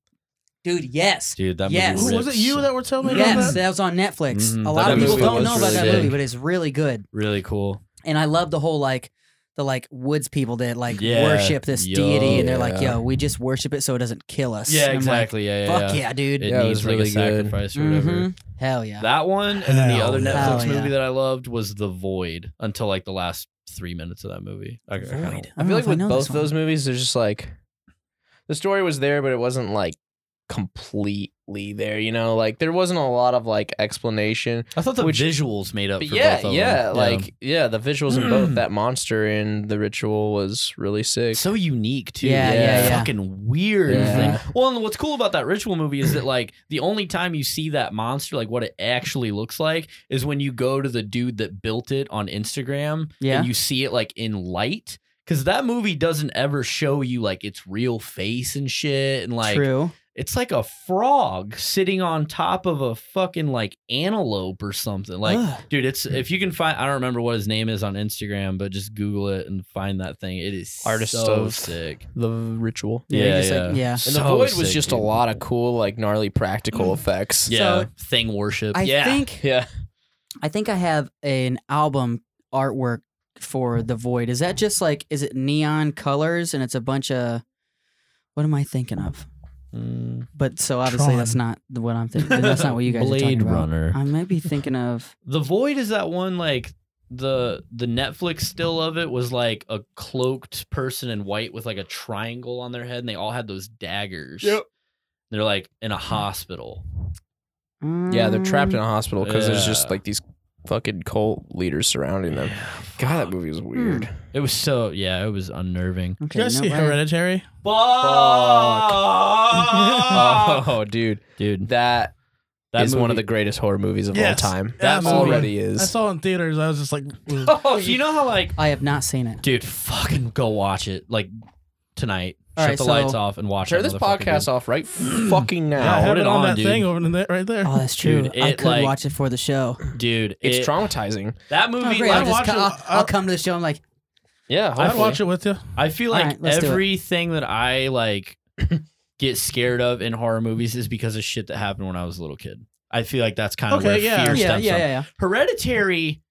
S1: dude. Yes.
S3: Dude, that
S1: Yes.
S3: movie
S5: Who was it?
S3: rips.
S5: You that were telling me
S1: Yes,
S5: about that?
S1: that was on Netflix.
S3: Mhm.
S1: A lot
S2: Mm-hmm. That
S1: of people
S2: movie
S1: don't
S2: was
S1: know about
S2: really
S1: that
S2: good.
S1: movie, but it's really good.
S3: really cool.
S1: And I love the whole like the like woods people that like
S3: Yeah.
S1: worship this
S3: Yo,
S1: deity, and they're like,
S2: yeah.
S1: "Yo, we just worship it so it doesn't kill us."
S3: Yeah,
S1: And I'm like,
S3: exactly. yeah, Mm-hmm. yeah,
S1: Fuck yeah, dude.
S3: It
S2: Yeah, it
S3: needs
S2: was
S3: like
S2: really
S3: a
S2: good.
S3: sacrifice or whatever.
S1: Mhm. Hell yeah.
S3: That one, and then the
S5: Hell
S3: other
S5: yeah.
S3: Netflix
S1: Hell yeah.
S3: movie that I loved was The Void until like the last three minutes of that movie. I, I kinda-
S1: Void.
S2: *laughs*
S1: don't
S2: I feel
S1: know
S2: like
S1: if I
S2: with
S1: know
S2: both
S1: this
S2: of those
S1: one.
S2: movies, there's just like the story was there, but it wasn't like completely there. You know, like there wasn't a lot of like explanation.
S3: I thought the
S2: Which-
S3: visuals made up for
S2: But yeah,
S3: both of
S2: yeah,
S3: them.
S2: like yeah, the visuals
S1: *clears throat*
S2: in both that monster and the ritual was really sick.
S3: so unique too.
S1: Yeah,
S2: yeah, yeah.
S3: Fucking weird.
S2: Yeah.
S3: Thing. Well, and what's cool about that ritual movie is that like the only time you see that monster, like what it actually looks like, is when you go to the dude that built it on Instagram
S1: Yeah.
S3: and you see it like in light. Cause that movie doesn't ever show you like its real face and shit and like
S1: True.
S3: it's like a frog sitting on top of a fucking like antelope or something. Like,
S1: Ugh.
S3: dude, it's if you can find, I don't remember what his name is on Instagram, but just Google it and find that thing. It is
S2: Artist
S3: so
S2: of-
S3: sick.
S2: the ritual.
S1: Yeah,
S3: Yeah,
S1: just
S3: yeah.
S2: uh,
S1: Like, yeah.
S2: And the
S3: So
S2: void was
S3: sick,
S2: just a
S3: dude.
S2: lot of cool, like gnarly
S1: Mm.
S2: practical effects.
S3: Yeah,
S1: So-
S3: thing worship.
S1: I
S3: yeah,
S1: think
S2: Yeah.
S1: I think I have an album artwork for The Void. Is that just like is it neon colors and it's a bunch of what am I thinking of?
S3: Mm,
S1: But so obviously
S5: Tron.
S1: that's not the- what I'm thinking. That's not what
S3: *laughs*
S1: you guys are talking
S3: Blade
S1: about.
S3: Runner.
S1: I might be thinking of
S3: the void is that one like the the Netflix still of it was like a cloaked person in white with like a triangle on their head, and they all had those daggers.
S2: Yep.
S3: They're like in a hospital.
S2: Yeah, they're trapped in a hospital because there's
S3: Yeah.
S2: just like these fucking cult leaders surrounding them. God, that movie was weird.
S3: It was so yeah, it was unnerving.
S1: um, Okay,
S5: Did you guys
S1: no,
S5: see
S1: I-
S5: Hereditary?
S3: Fuck,
S2: oh, dude, *laughs*
S3: dude.
S2: that
S3: That
S2: is one of the *laughs*
S3: movie-
S2: greatest horror movies of
S5: Yes.
S2: all time.
S5: Yeah,
S2: That
S5: absolutely.
S2: already
S5: I
S2: is.
S5: saw it in theaters. I was just like, ugh.
S3: Oh, *laughs* you know how like
S1: I have not seen it.
S3: dude, fucking go watch it like tonight.
S1: All
S3: Shut
S1: right,
S3: the
S1: so-
S3: lights off and watch
S2: Turn
S3: that
S2: this
S3: motherfucker,
S2: podcast
S3: dude.
S2: off *clears throat* right fucking
S5: yeah, I
S2: now.
S3: put
S5: have
S3: it
S5: it on,
S3: on,
S5: that
S3: dude.
S5: thing over there, right there.
S1: Oh, that's true.
S3: Dude,
S1: I
S3: it,
S1: could
S3: like-
S1: watch it for the
S5: *laughs*
S1: show.
S3: Dude,
S2: It's
S3: it-
S2: traumatizing.
S3: That
S1: Oh,
S3: movie,
S1: great.
S3: like,
S1: I'll,
S5: I'll
S1: just
S5: watch
S1: co-
S5: it. uh,
S1: I'll,
S5: I'll-
S1: I'll come to the show. I'm like,
S2: Yeah,
S5: I'd
S2: hopefully.
S5: watch it with you.
S3: I feel like
S1: Alright, let's do it.
S3: everything that I like *coughs* get scared of in horror movies is because of shit that happened when I was a little kid. I feel like that's kind of
S5: Okay,
S3: where
S5: yeah.
S3: fear
S5: Your
S1: yeah, yeah,
S3: stems
S1: yeah,
S3: from.
S1: yeah.
S3: Hereditary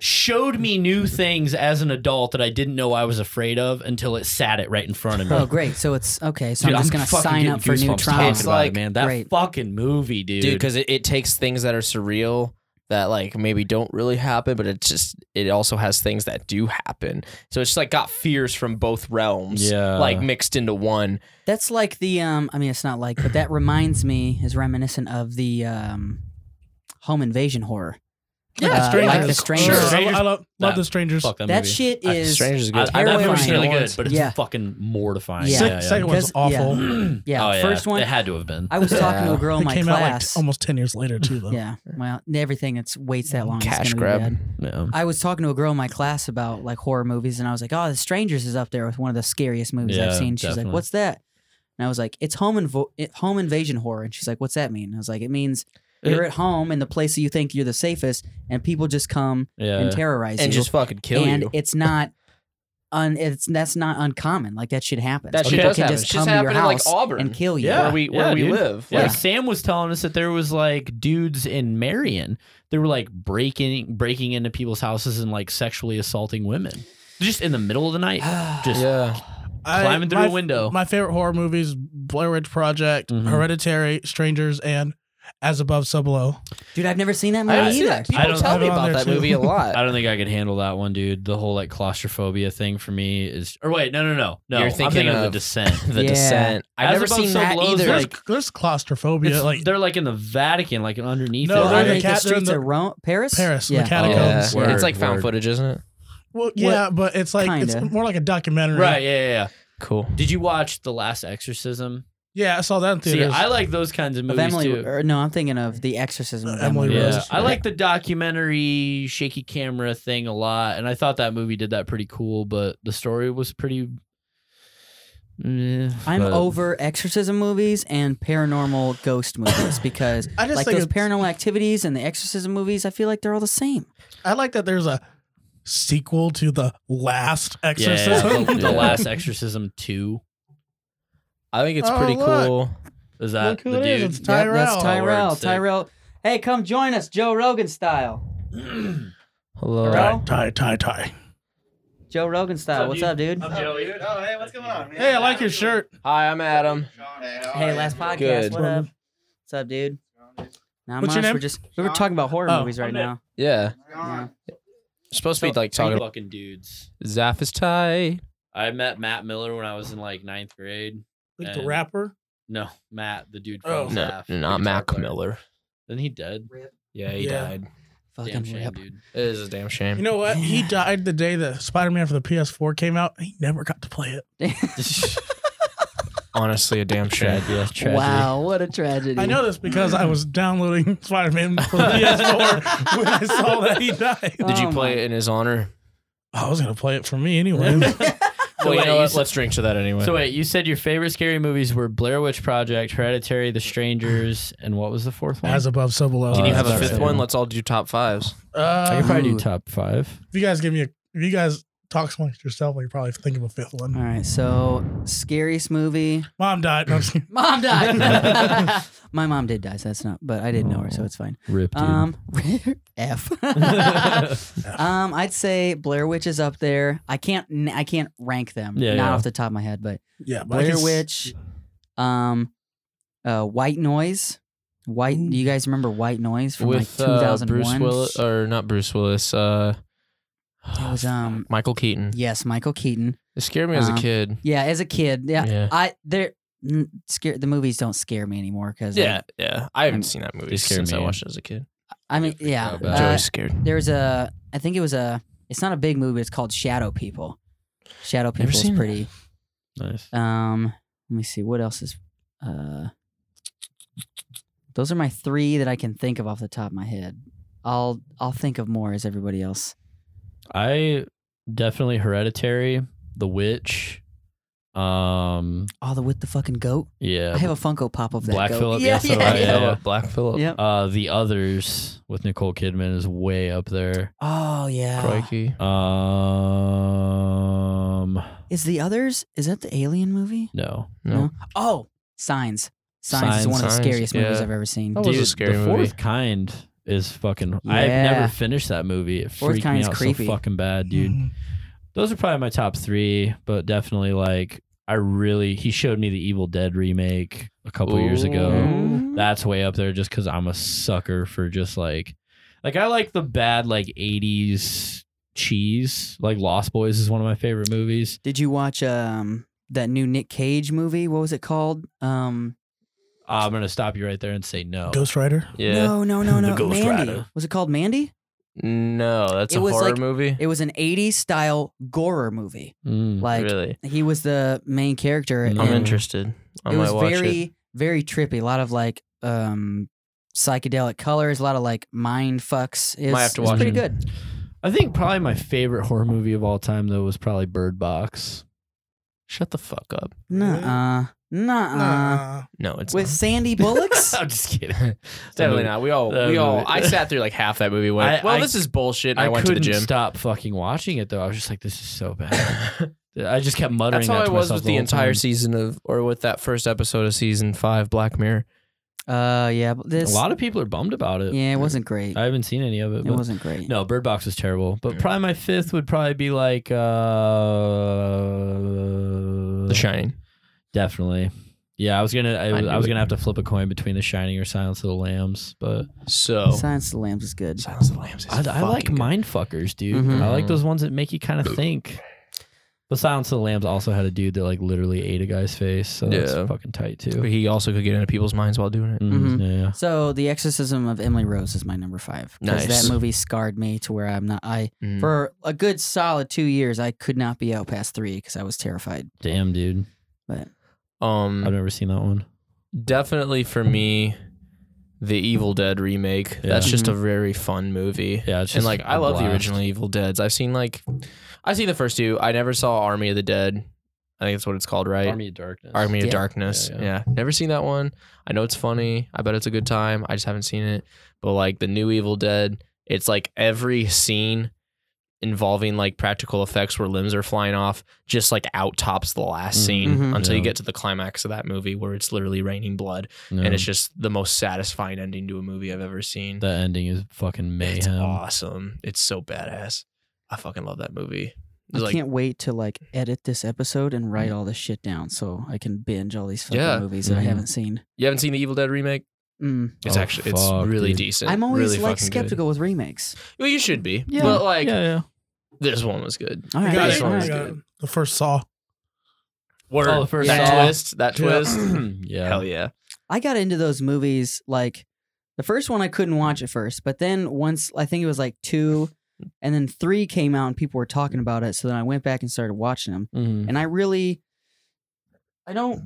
S3: showed me new things as an adult that I didn't know I was afraid of until it sat it right in front of me.
S1: Oh, great. So it's okay. So
S3: Dude,
S1: I'm just gonna
S3: fucking
S1: sign
S3: getting
S1: up for new
S3: goosebumps
S1: trauma.
S3: talking
S2: It's
S3: about
S2: like-
S3: it, man. That
S1: Great.
S3: fucking movie, dude.
S2: dude because it, it takes things that are surreal that like maybe don't really happen but it just it also has things that do happen so it's just like got fears from both realms
S3: Yeah.
S2: like mixed into one
S1: That's like the um. I mean, it's not like, but that reminds me is reminiscent of the um, home invasion horror.
S5: Yeah,
S1: Uh,
S5: Strangers.
S1: like the
S5: Sure.
S1: strangers.
S5: I,
S3: Strangers.
S5: I love, love
S3: Nah,
S5: the strangers.
S3: fuck that,
S1: That
S3: movie.
S1: shit
S2: I-
S1: is
S2: strangers is
S3: I,
S2: good
S3: I, that movie's
S1: terrifying.
S3: really good, but it's
S1: Yeah.
S3: fucking mortifying.
S1: Yeah.
S5: Sec-
S3: yeah, yeah.
S5: Second one's
S1: Because-
S5: awful.
S1: *clears throat* yeah.
S3: oh, yeah.
S1: first one,
S3: It had to have been.
S1: I was talking to
S2: Yeah.
S1: a girl in Oh
S5: It
S1: my
S5: came
S1: class.
S5: out like almost ten years later too, though.
S1: yeah. Well, everything that's waits that long. is
S2: cash
S1: gonna be
S2: grab
S1: bad.
S3: Yeah.
S1: I was talking to a girl in my class about like horror movies, and I was like, "Oh, The Strangers is up there with one of the scariest movies I've
S3: Yeah,
S1: seen." She's like,
S3: definitely.
S1: "What's that?" And I was like, "It's home invo- it- home invasion horror." And she's like, "What's that mean?" And I was like, "It means you're at home in the place that you think you're the safest, and people just come
S3: Yeah.
S1: and terrorize
S2: and
S1: you,
S2: just fucking kill
S1: and
S2: you *laughs*
S1: it's not." Un, it's that's not uncommon. Like that shit happens.
S2: That shit
S1: People
S2: does
S1: can
S2: happen.
S1: just
S2: It's
S1: come
S2: just
S1: to your
S2: happening, like,
S1: house
S2: Auburn.
S1: and kill you.
S3: Yeah.
S2: where we where
S3: Yeah,
S2: we
S3: dude.
S2: live
S3: Like
S2: Like,
S3: Sam was telling us that there was like dudes in Marion, they were like breaking breaking into people's houses and like sexually assaulting women, just in the middle of the night, just
S2: yeah
S5: I-
S3: climbing through
S5: my,
S3: a window.
S5: My favorite horror movies: Blair Witch Project,
S3: Mhm.
S5: Hereditary, Strangers, and As Above, So Below.
S1: dude, I've never seen that
S2: i
S1: movie
S2: haven't
S1: either.
S2: seen that people
S3: I don't-
S5: I
S2: tell
S5: have
S2: me
S5: it on
S2: about
S5: there,
S2: that
S5: too.
S2: movie a
S3: I
S2: lot
S3: don't think I could handle that one, dude. The whole like claustrophobia thing for me is. Or wait, no, no, no, no.
S2: You're
S3: I'm
S2: thinking
S3: thinking of, the
S2: of-
S3: descent.
S2: *laughs* the
S1: Yeah.
S2: descent i've
S3: As
S2: never
S3: Above,
S2: seen
S3: So
S2: that
S3: Below is
S2: either
S5: There's,
S3: like-
S5: there's claustrophobia,
S3: It's-
S5: like
S3: they're like in the Vatican, like underneath.
S5: No,
S3: it,
S5: they're
S3: right?
S5: in
S1: Underneath
S5: the
S1: the
S5: cat- they're in
S1: streets
S5: the-
S1: of Rome, Paris,
S5: Paris,
S1: Yeah.
S5: the
S3: Oh,
S5: catacombs.
S2: yeah.
S3: Word,
S2: it's like found
S3: word.
S2: footage isn't it
S5: Well, yeah, but it's like
S1: Kinda.
S5: it's more like a documentary.
S3: right? Yeah, yeah, yeah.
S2: cool
S3: Did you watch The Last Exorcism?
S5: Yeah, I saw that in
S3: See,
S5: theaters.
S3: I like those kinds of
S1: of
S3: movies
S1: Emily.
S3: too.
S1: Or, no, I'm thinking of the Exorcism. Of
S5: Uh, Emily
S1: Emily
S5: Rose.
S3: Yeah, I like the documentary shaky camera thing a lot, and I thought that movie did that pretty cool. But the story was pretty. Eh,
S1: I'm
S3: but-
S1: over exorcism movies and paranormal ghost movies because
S5: I *laughs* just
S1: like
S5: think
S1: those
S5: it's-
S1: paranormal activities and the exorcism movies, I feel like they're all the same.
S5: I like that there's a sequel to the last
S3: Yeah, yeah,
S5: exorcism.
S3: the, the
S5: *laughs*
S2: Yeah.
S3: last Exorcism two
S2: i think it's
S5: Oh,
S2: pretty
S5: look.
S2: cool
S3: is that
S5: Look who
S3: the
S5: it is,
S3: dude?
S5: it's
S1: Yep,
S5: Tyrell.
S1: that's
S3: Oh,
S1: Tyrell.
S3: word, sick.
S1: Tyrell. Hey, come join us, Joe Rogan style.
S2: hello
S1: Right.
S5: Tie, tie, tie, tie.
S1: Joe Rogan style. What's up, dude?
S6: Oh, hey, what's going on?
S5: Hey, I like your shirt.
S2: hi i'm adam
S1: Hey, last podcast.
S2: Good.
S1: What up? What's up, dude? Not
S5: What's
S1: much.
S5: your name?
S1: We're just we were talking about horror
S5: Oh,
S1: movies right
S4: I'm
S1: now.
S2: yeah
S1: Yeah.
S2: supposed to be like talking
S3: Three
S2: about
S3: fucking dudes.
S2: Zaphis Ty.
S3: I met Matt Miller when I was in like ninth grade.
S5: Like
S3: And-
S5: the rapper.
S3: No, Matt, the dude
S5: Oh.
S3: from
S2: No,
S3: Zaff,
S2: not
S3: the guitar
S2: Mac
S3: player.
S2: Miller.
S3: Then he dead.
S2: Yeah,
S5: he Yeah.
S2: died.
S3: Damn
S1: Fucking
S3: shame,
S1: rip.
S3: dude. *laughs*
S2: It is a damn shame.
S5: You know what? He died the day that Spider-Man for the PS4 came out. He never got to play it.
S2: Honestly, a damn shame.
S3: Tragedy. Tragedy.
S1: Wow, what a tragedy.
S5: I know this because I was downloading *laughs* Spider-Man for the
S1: *laughs*
S5: PS4 *laughs* when I saw that he died.
S2: Did you
S1: Oh
S2: play
S1: my-
S2: it in his honor?
S5: I was gonna play it for me
S3: So
S5: anyway.
S2: well, you
S3: wait,
S2: know
S3: you
S2: what?
S3: said-
S2: Let's drink to that anyway.
S3: So wait, you said your favorite scary movies were Blair Witch Project, Hereditary, The Strangers, and what was the fourth one?
S5: As above, so below.
S2: Can you
S3: Uh,
S2: have a
S3: sorry.
S2: fifth one? Let's all do top fives.
S3: I
S5: Uh,
S3: could probably
S1: Ooh.
S3: do top five.
S5: if you guys give me a, if you guys talk amongst yourself, I could probably think of a fifth one.
S1: All right, so scariest movie.
S5: Mom died. No, I'm
S1: *laughs*
S5: just kidding.
S1: Mom died. *laughs* My mom did die, so that's not. But I didn't know her, so it's fine.
S3: Rip,
S1: Um, F. um, I'd say Blair Witch is up there. I can't. n- I can't rank them.
S3: Yeah,
S1: not
S3: yeah.
S1: off the top of my head, but
S5: yeah, but I
S1: Blair
S5: can s-
S1: Witch. Um, uh, White Noise. White. Do you guys remember White Noise from
S2: With
S1: like
S2: uh,
S1: 2001?
S2: Bruce Willis, or not Bruce Willis, uh,
S1: It was um.
S2: Michael Keaton.
S1: Yes, Michael Keaton.
S2: It scared me as a
S1: Um,
S2: kid.
S1: Yeah, as a kid. Yeah,
S2: Yeah.
S1: I they're n- scare the movies don't scare me anymore because
S2: Yeah, yeah. I haven't
S1: Mm.
S2: seen that movie
S3: They scared
S2: since I
S3: me.
S2: watched it as a kid.
S1: I mean yeah.
S3: bad.
S1: uh,
S2: Joey's scared.
S1: there was a I think it was a it's not a big movie, it's called Shadow People. Shadow
S2: Never
S1: People is
S2: seen
S1: pretty.
S3: nice.
S1: Um let me see, what else is uh Those are my three that I can think of off the top of my head. I'll I'll think of more as everybody else.
S3: I definitely hereditary, the witch. Um
S1: Oh, the with the fucking goat.
S3: yeah.
S1: I have a Funko Pop of that.
S3: Uh, Black
S1: goat.
S3: Phillip,
S1: Yeah,
S3: yes,
S1: yeah,
S3: all right,
S1: yeah.
S3: yeah.
S2: Black Phillip.
S1: Yep.
S3: uh the others with Nicole Kidman is way up there.
S1: Oh yeah.
S2: Crikey.
S3: Um
S1: Is the others? Is that the Alien movie?
S3: no.
S2: No.
S1: Oh, Signs. Signs, is
S3: Signs. Oh,
S1: one of the
S2: Signs,
S1: scariest movies
S2: yeah.
S1: I've ever seen.
S2: That was a
S3: Dude,
S2: scary
S3: the
S2: movie.
S3: Fourth Kind is fucking
S1: Yeah.
S3: I've never finished that movie. It
S1: Fourth
S3: freaked me
S1: Kind's
S3: out
S1: creepy.
S3: so fucking bad, dude.
S5: Mm.
S3: Those are probably my top three, but definitely like I really he showed me the Evil Dead remake a couple years ago.
S1: Mhm.
S3: That's way up there just because I'm a sucker for just like like I like the bad like 80s cheese. Like Lost Boys is one of my favorite movies.
S1: Did you watch um that new Nick Cage movie? What was it called? Um
S3: Ah, I'm gonna stop you right there and say no.
S5: Ghost Rider.
S2: Yeah.
S1: No, no,
S2: *laughs*
S1: no,
S3: The
S1: no.
S3: Ghost
S1: Mandy.
S3: Rider.
S1: Was it called Mandy?
S2: No, that's
S1: It
S2: a
S1: was
S2: horror
S1: like-
S2: movie.
S1: It was an 80s style gore movie.
S3: Mm.
S1: Like
S2: really?
S1: he was the main character
S3: I'm
S1: and
S2: I'm
S3: yeah.
S2: interested. I
S1: it was
S2: might watch
S1: very
S2: it.
S1: very trippy. A lot of like um psychedelic colors, a lot of like mind fucks. It was,
S2: Might have to
S1: it was
S2: watch
S1: pretty
S3: it.
S1: good.
S3: I think probably my favorite horror movie of all time though was probably Bird Box. *laughs*
S2: Shut the fuck up.
S1: Nuh-uh. Nuh-uh.
S5: Nah.
S2: No, it's
S1: With Sandy
S2: *laughs*
S1: Bullocks?
S3: I'm just kidding.
S2: not. definitely not. We all
S3: that
S2: we all
S3: movie-
S2: I sat through like half that movie. Went,
S3: I-
S2: well,
S3: I-
S2: this is bullshit. and
S3: I,
S2: I, went to the
S3: couldn't
S2: *laughs* gym.
S3: stop fucking watching it though. I was just like, this is so bad. I just kept muttering.
S2: That's how
S3: that
S2: I
S3: to
S2: was
S3: myself
S2: with the
S3: whole
S2: entire
S3: time.
S2: season of, or with that first episode of season five, Black Mirror.
S1: uh yeah, but this
S3: A lot of people are bummed about it.
S1: Yeah, it wasn't great.
S3: I haven't seen any of it.
S1: it
S3: but-
S1: wasn't great.
S3: No, Bird Box was terrible. But
S2: Yeah.
S3: probably my fifth would probably be like uh, The
S2: The Shining.
S3: Definitely. Yeah, I was gonna. I,
S2: I
S3: was
S2: knew
S3: I was
S2: it.
S3: gonna have to flip a coin between The Shining or Silence of the Lambs, but
S2: So
S1: Science of the Lambs is good.
S2: Silence of the Lambs. Is
S3: I, I like
S2: fucking good.
S3: mind fuckers, dude. Mm-hmm.
S1: Mhm.
S3: I like those ones that make you kind of think. But Silence of the Lambs also had a dude that like literally ate a guy's face, so that's
S2: Yeah.
S3: fucking tight too.
S2: But he also could get into people's minds while doing it.
S3: Mm, Yeah.
S1: So, The Exorcism of Emily Rose is my number five. 'cause
S2: Nice.
S1: That movie scarred me to where I'm not. I
S2: Mm.
S1: for a good solid two years, I could not be out past three because I was terrified.
S3: Damn, dude.
S1: But
S3: I've
S2: um,
S3: never seen that one.
S2: definitely for me, the Evil Dead remake.
S3: Yeah.
S2: That's just a very fun movie.
S3: Yeah, it's just
S2: and like I
S3: a
S2: love the
S3: blast.
S2: original Evil Dead's. I've seen like I've seen the first two. I never saw Army of the Dead. I think that's what it's called, right?
S3: Army of Darkness.
S2: Army of
S1: Yeah.
S2: Darkness.
S3: Yeah,
S2: Yeah, Never seen that one. I know it's funny. I bet it's a good time. I just haven't seen it. But like the new Evil Dead, it's like every scene involving like practical effects where limbs are flying off just like out tops the last scene
S1: Mhm.
S2: until you
S3: Mm-hmm. Yeah.
S2: get to the climax of that movie where it's literally raining blood
S3: No,
S2: and it's just the most satisfying ending to a movie I've ever seen.
S3: the ending is fucking
S2: It's
S3: mayhem.
S2: awesome. It's so badass. I fucking love that movie.
S1: I
S2: It's like, Hmm.
S1: can't wait to like edit this episode and write all this shit down so I can binge all these fucking
S2: Yeah. Mm-hmm.
S1: movies that I
S3: Mhm.
S1: haven't seen.
S2: you haven't seen the Evil Dead remake?
S1: Mm.
S2: It's
S3: Oh,
S2: actually
S3: fuck,
S2: it's really
S3: dude.
S2: decent.
S1: I'm always
S2: really
S1: like
S2: fucking good.
S1: skeptical with remakes.
S2: Well, you should be.
S3: Yeah.
S2: But like *clears throat*
S3: yeah, *clears throat* yeah.
S2: this one was good.
S1: All right,
S2: got
S1: all
S2: it.
S1: right.
S2: It's
S5: got
S2: good.
S5: The first Saw.
S2: Word.
S3: Oh, the first
S2: that
S1: Saw.
S2: twist. That
S5: Yeah.
S2: twist.
S3: yeah.
S2: Hell yeah.
S1: I got into those movies like the first one I couldn't watch at first, but then once I think it was like
S2: *laughs*
S1: two and then three came out and people were talking about it, so then I went back and started watching them.
S3: Mhm.
S1: And I really I don't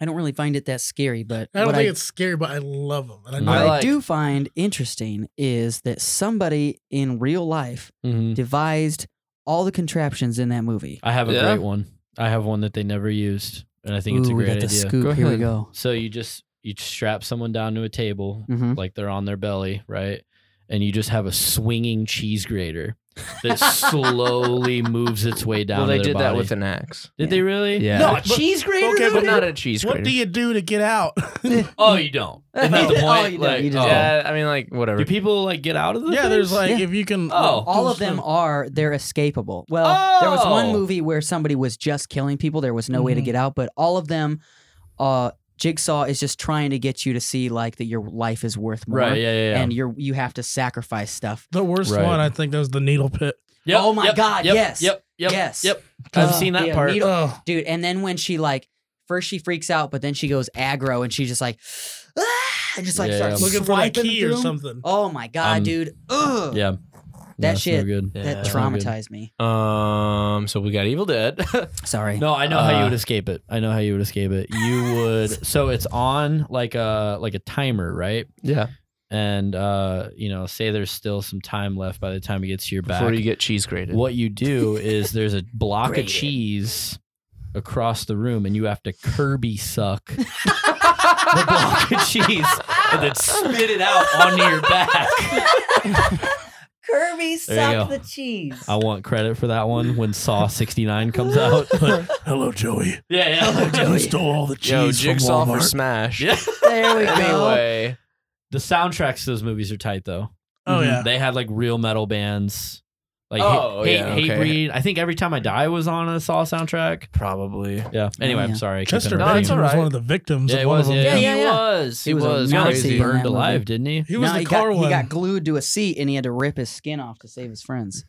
S1: I don't really find it that scary, but
S5: I don't
S1: what
S5: think
S1: I,
S5: it's scary, but I love them. And I
S3: Mm.
S5: know
S1: what
S2: I
S1: I
S2: like-
S1: do find interesting is that somebody in real life
S3: Mhm.
S1: devised all the contraptions in that movie.
S3: I have a
S2: Yeah.
S3: great one. I have one that they never used, and I think it's a
S1: Ooh, we
S3: great
S1: got the
S3: idea.
S1: scoop.
S2: Go
S1: Here we
S2: ahead.
S1: go.
S3: So you just you strap someone down to a table,
S1: Mm-hmm.
S3: like they're on their belly, right? And you just have a swinging cheese grater
S2: *laughs*
S3: that slowly moves its way down.
S2: well, they
S3: to their
S2: did that
S3: body.
S2: with an axe.
S3: Did they really?
S2: Yeah.
S5: No,
S1: A
S5: But-
S1: cheese grater?
S5: okay,
S2: but
S5: but
S2: not a cheese
S5: what
S2: grater.
S5: do you do to get out? *laughs*
S3: Oh, you *laughs* don't.
S1: *laughs*
S3: Isn't that the
S1: Oh,
S3: point?
S1: you don't,
S3: like,
S1: you just
S3: oh.
S2: yeah, I mean, like whatever.
S3: Do people like get out of the?
S5: yeah,
S3: things?
S5: there's like
S1: Yeah.
S5: if you can.
S3: Oh.
S1: all of them are they're escapable. Well, there was one
S3: Oh. Mm-hmm.
S1: movie where somebody was just killing people. There was no way to
S5: Mhm.
S1: get out, but all of them uh Jigsaw is just trying to get you to see like that your life is worth more
S3: right. Yeah, yeah, yeah.
S1: and you're you have to sacrifice stuff.
S5: The worst
S3: Right.
S5: one, I think, that was the needle pit.
S3: Yep,
S1: Oh my
S3: yep,
S1: God,
S3: Yep,
S1: yes.
S3: Yep. Yep.
S1: Yes.
S3: Yep. I've
S1: Uh,
S3: seen that
S1: yeah,
S3: part.
S1: needle-
S5: Oh,
S1: Dude, and then when she like first she freaks out, but then she goes aggro and she just like ah, and just like
S3: Yeah,
S1: starts
S3: yeah.
S5: looking for like
S1: swiping *laughs*
S5: key or
S1: through 'em.
S5: something.
S1: Oh my god,
S3: Um,
S1: dude. Ugh.
S3: yeah.
S1: That
S3: it's
S1: shit-
S3: No good.
S2: Yeah.
S1: That
S2: That's
S3: not good.
S1: traumatized me.
S2: Um, so we got Evil Dead. *laughs*
S1: Sorry.
S3: No, I know how you
S2: Uh,
S3: would escape it. I know how you would escape it.
S2: *laughs*
S3: You would. so it's on like a like a timer, right?
S2: yeah.
S3: And uh, you know, say there's still some time left by the time it gets to your back.
S2: Before you get cheese grated. *laughs*
S3: what you do is there's a block
S1: Grate it.
S3: of cheese across the room, and you have to Kirby suck the block of cheese and
S4: *laughs*
S3: then spit it *laughs* out onto your back.
S7: *laughs* Kirby
S3: There you
S7: sucked
S3: go.
S7: the cheese.
S3: I want credit for that one when Saw 69 comes
S1: Oh.
S5: *laughs*
S3: out. yeah,
S1: *laughs*
S5: Hello, Joey.
S3: yeah.
S5: *laughs* You stole all the cheese
S2: Yo,
S5: from
S2: Jigsaw for
S5: Walmart.
S2: Smash.
S3: Yeah.
S1: There we go.
S2: *laughs* Anyway,
S3: The soundtracks to those movies are tight though.
S5: oh yeah.
S3: They had like real metal bands. Like
S2: Mm-hmm. Oh,
S3: hate,
S2: yeah,
S3: hate
S2: okay.
S3: breed. I think every time I die was on a Saw soundtrack.
S2: probably.
S3: Yeah. Anyway,
S1: Yeah.
S3: I'm sorry. I keep
S5: Chester
S2: No, it's
S3: interrupting.
S5: Bennington was
S2: alright.
S5: one of the victims.
S3: Yeah,
S5: of
S3: he
S5: one
S3: was.
S5: of
S3: Yeah,
S5: them.
S1: Yeah,
S3: yeah,
S1: yeah,
S3: yeah.
S1: yeah.
S2: was.
S1: He was a
S3: He got
S1: Nazi.
S3: like,
S1: in
S3: burned
S1: that
S3: alive,
S1: movie.
S3: didn't he?
S5: He was
S1: No,
S5: the
S1: he
S5: car
S1: got,
S5: one.
S1: He got glued to a seat and he had to rip his skin off to save his friends.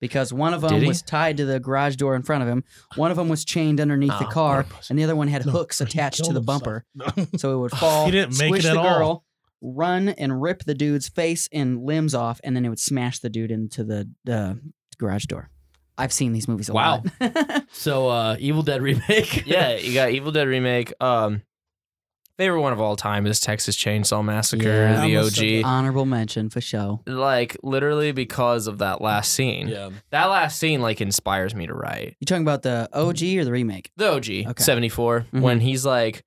S1: Because one of
S2: Did
S1: them
S2: he?
S1: was tied to the garage door in front of him, one of them was chained underneath the
S2: Oh,
S1: car,
S2: purpose.
S1: and the other one had
S5: Ah, No,
S1: hooks
S5: he
S1: attached to
S5: killed
S1: the
S5: himself.
S1: bumper,
S5: *laughs* No.
S1: so it would fall.
S5: He didn't make it
S1: squish
S5: at
S1: the
S5: all.
S1: girl, Run and rip the dude's face and limbs off, and then it would smash the dude into the uh, garage door. I've seen these movies a
S3: Wow.
S1: lot. *laughs*
S3: So uh Evil Dead
S2: *laughs*
S3: remake.
S2: yeah, you got Evil Dead remake. Um, favorite one of all time is Texas Chainsaw Massacre,
S3: Yeah.
S5: I
S2: the
S5: almost
S2: OG.
S5: said that.
S1: Honorable mention for show.
S2: Like literally because of that last scene.
S3: Yeah.
S2: That last scene like inspires me to write
S1: You talking about the OG or the remake?
S2: the OG
S1: Okay.
S2: 74
S1: Mhm.
S2: when he's like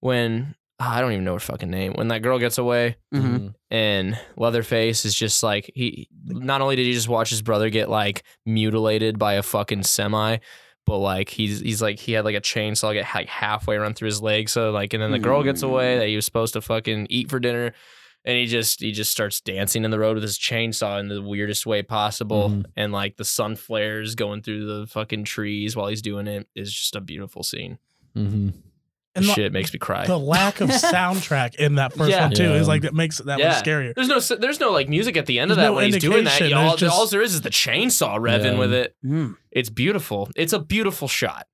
S2: when ah, I don't even know her fucking name when that girl gets away
S1: hmm
S3: Mm-hmm.
S2: and Leatherface is just like he not only did he just watch his brother get like mutilated by a fucking semi but like he's he's like he had like a chainsaw get like halfway run through his leg so like and then the girl gets
S5: Hmm.
S2: away that he was supposed to fucking eat for dinner and he just he just starts dancing in the road with his chainsaw in the weirdest way possible
S5: Hmm.
S3: Mhm.
S2: and like the sun flares going through the fucking trees while he's doing it is just a beautiful scene
S3: hmm
S5: And the-
S2: shit makes me cry
S5: The lack of soundtrack in that first
S2: Yeah.
S5: one too is
S3: Yeah.
S5: like that makes it that
S2: Yeah.
S5: much scarier.
S2: There's no, s- there's no like music at the end of
S5: There's
S2: that
S5: no
S2: when he's doing that.
S5: indication.
S2: All,
S5: There's just-
S2: all there is is the chainsaw revving
S3: Yeah.
S2: with it.
S1: Mm-hmm.
S2: It's beautiful. It's a beautiful shot,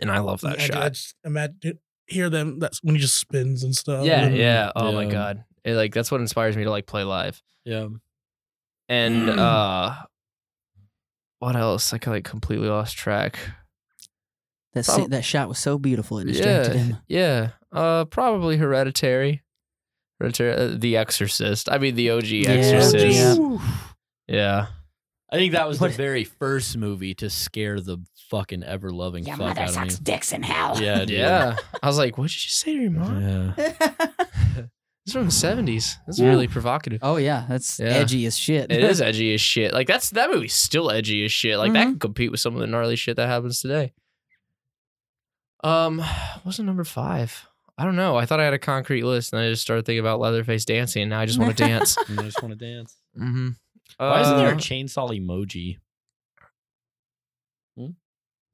S2: and I love that
S5: I, I
S2: shot.
S5: just imagine hear them. That's when he just spins and stuff.
S2: yeah,
S5: And-
S2: yeah. Oh my
S3: Yeah.
S2: god, It, like that's what inspires me to like play live.
S3: Yeah.
S2: And uh, what else? I got, like completely lost track.
S1: That
S2: Prob-
S1: scene- that shot was so beautiful it distracted him.
S2: yeah. Uh, probably Hereditary. Hereditary, uh, The Exorcist. I mean, the OG
S1: Yeah.
S2: Exorcist.
S1: Yeah.
S2: yeah.
S3: I think that was
S1: What-
S3: the very first movie to scare the fucking ever loving
S7: Your
S3: fuck
S7: mother
S3: out of me.
S7: sucks dicks in hell.
S3: Yeah, dude.
S2: Yeah. I was like, what did you say to your mom?
S3: Yeah.
S2: *laughs* It's from the 70s. That's
S1: Yeah.
S2: really provocative.
S1: oh yeah, that's
S2: Yeah.
S1: edgy as shit.
S2: It is edgy as shit. Like that's that movie's still edgy as shit. Like that
S1: Mm-hmm.
S2: can compete with some of the gnarly shit that happens today. Um, *sighs* what's the number five? I don't know. I thought I had a concrete list, and I just started thinking about Leatherface dancing, and now I just
S1: *laughs*
S2: want to dance.
S3: And I just want to dance.
S2: Mm-hmm.
S3: Why isn't
S2: Uh,
S3: there a chainsaw emoji?
S1: *laughs*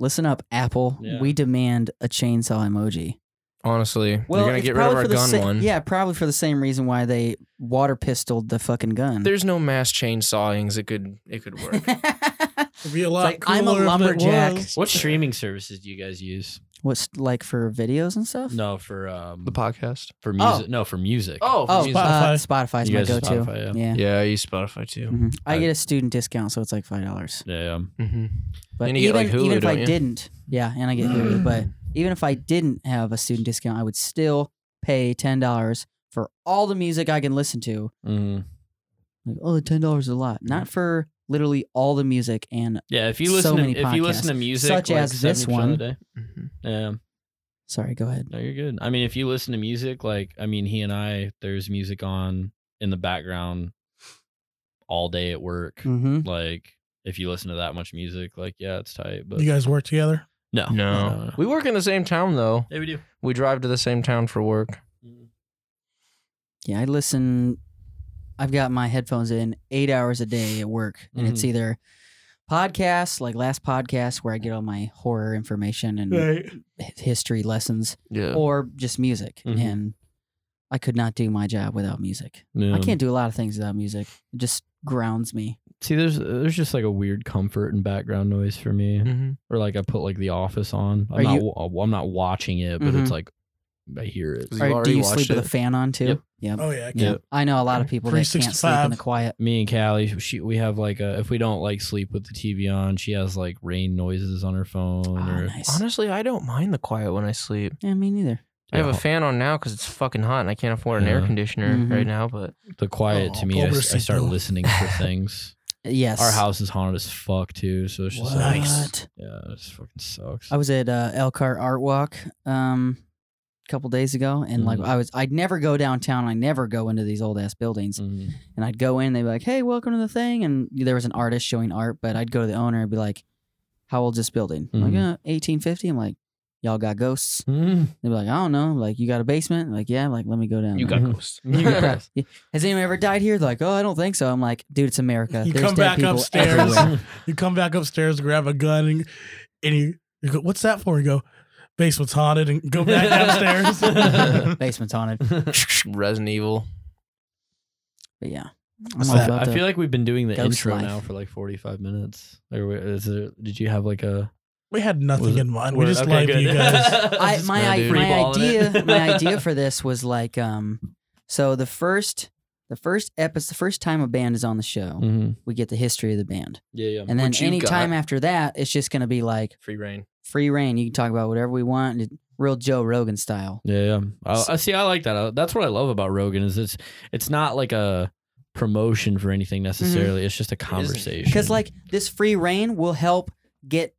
S1: Listen up, Apple.
S3: Yeah.
S1: We demand a chainsaw emoji.
S2: honestly? you're gonna
S1: it's
S2: get rid of
S1: probably
S2: our
S1: for the
S2: gun
S1: sa-
S2: one.
S1: Yeah, probably for the same reason why they water pistoled the fucking gun. *laughs*
S2: There's no mass chainsawings. It could it could work.
S5: It'd be a lot
S1: like, I'm a
S5: cooler if it
S1: lumberjack.
S5: was.
S3: What streaming services do you guys *laughs* use?
S1: What's like for videos and stuff?
S3: No, for um
S2: the podcast.
S3: for
S1: Oh.
S3: music. No, for music.
S2: Oh,
S1: Oh,
S2: music.
S1: uh,
S5: Spotify.
S1: Spotify's
S3: You
S1: my
S3: guys have
S1: go-to.
S3: Spotify,
S1: yeah.
S2: yeah, I use Spotify too.
S1: Mhm. I
S3: I-
S1: get a student discount, so it's like five dollars.
S3: Yeah.
S2: Mm-hmm.
S1: But
S2: And you get,
S1: even,
S2: like, Hulu,
S1: even if I
S2: don't you?
S1: didn't, yeah, and I get
S2: Mm-hmm. *clears throat*
S1: Hulu, but even if I didn't have a student discount, I would still pay ten dollars for all the music I can listen to.
S3: Mhm.
S1: Like, oh, ten dollars is a lot. Not for literally all the music and
S3: Yeah. If you
S1: So
S3: listen, to,
S1: many
S3: if you listen to
S1: podcasts,
S3: music,
S1: such
S3: like
S1: as this
S3: 70% of the
S1: one.
S3: day-
S2: Mm-hmm.
S3: Yeah.
S1: sorry, go ahead.
S3: No, you're good. I mean, if you listen to music, like I mean, he and I, there's music on in the background all day at work.
S1: Mm-hmm.
S3: Like if you listen to that much music, like yeah, it's tight. But
S5: You guys work together?
S3: no,
S2: No. We work in the same town though.
S3: Yeah, we do.
S2: We drive to the same town for work.
S1: Yeah, I listen. I've got my headphones in eight hours a day at work, and it's
S3: Mhm.
S1: either podcasts like last podcast where I get all my horror information and
S5: Right.
S1: h- history lessons,
S2: Yeah.
S1: or just music.
S3: Mhm.
S1: And I could not do my job without music.
S3: No.
S1: I can't do a lot of things without music. It just grounds me.
S3: see. There's there's just like a weird comfort and background noise for me,
S2: Mm-hmm.
S3: or like I put like The Office on. I'm
S1: Mm. Are
S3: not
S1: you-
S3: wa- I'm not watching it, but
S1: Mhm.
S3: it's like I hear it.
S2: 'Cause you've
S1: Or do
S2: already
S1: you
S2: watched
S1: sleep
S2: it.
S1: with a fan on too?
S2: Yep.
S1: Yep.
S5: Oh yeah, I can't.
S2: Yeah.
S1: I know a lot of people that can't sleep in
S5: 365.
S1: the quiet.
S3: Me and Callie, she, we have like a if we don't like sleep with the TV on, she has like rain noises on her phone
S1: Oh,
S3: or
S1: nice.
S2: Honestly, I don't mind the quiet when I sleep.
S1: Yeah, me neither.
S2: I have
S3: Yeah.
S2: a fan on now because it's fucking hot and I can't afford an air
S3: Yeah.
S2: conditioner
S1: Mhm.
S2: right now. But
S3: the quiet
S5: Oh,
S3: to me. I, I
S5: pobrecito.
S3: start listening
S1: *laughs*
S3: for things.
S1: Yes.
S3: Our house is haunted as fuck too, so it's just
S1: What?
S3: like,
S5: Nice.
S3: yeah, it just fucking sucks.
S1: I was at uh, Elkhart Art Walk um, a couple days ago, and like
S3: Mhm.
S1: I was, I'd never go downtown. I never go into these old ass buildings,
S3: Mhm.
S1: and I'd go in. They'd be like, "Hey, welcome to the thing," and there was an artist showing art, but I'd go to the owner and be like, "How old's this building?" I'm
S3: Mhm.
S1: Like, uh, 1850. I'm like, "Y'all got ghosts?"
S3: Mhm.
S1: They'd be like, "I don't know." I'm like, "You got a basement?" I'm like, "Yeah." I'm like, let me go down.
S2: you
S1: there."
S2: got
S1: *laughs*
S2: ghosts. *laughs*
S3: You got ghosts.
S1: Yeah. Has anyone ever died here? They're like, oh, I don't think so. I'm like, dude, it's America.
S5: You
S1: There's
S5: come
S1: dead
S5: back
S1: people
S5: upstairs.
S1: everywhere.
S5: *laughs* You come back upstairs, grab a gun, and, and you, you go, "What's that for?" You go, "Basement's haunted," and go *laughs* back downstairs. *laughs*
S1: Basement's haunted.
S3: *laughs*
S2: Resident Evil.
S1: But yeah, I'm
S5: What's
S1: all
S5: that?
S1: about
S3: I
S1: the-
S3: feel like we've been doing the
S1: ghost
S3: intro
S1: life.
S3: now for like forty five minutes. Or wait, is there, did you have like a?
S5: we had nothing
S3: Was it-
S5: in mind.
S3: word?
S5: We just
S3: Okay,
S5: lied to
S3: good. *laughs*
S5: you *laughs* guys.
S1: I,
S3: Just
S1: my
S2: gonna
S1: I,
S2: do
S1: my
S3: freeballing
S1: idea
S3: *laughs* it.
S1: my idea for this was like um so the first the first episode the first time a band is on the show
S3: Mhm.
S1: we get the history of the band
S3: Yeah, yeah.
S1: and then
S2: What you
S1: any
S2: got.
S1: time after that it's just gonna be like
S2: Free reign.
S1: free reign you can talk about whatever we want and real Joe Rogan style
S3: Yeah, yeah. I,
S2: S-
S3: I see. I like that. I, that's what I love about Rogan is it's it's not like a promotion for anything necessarily. It's just a conversation.
S1: because Mm-hmm. like this free reign will help get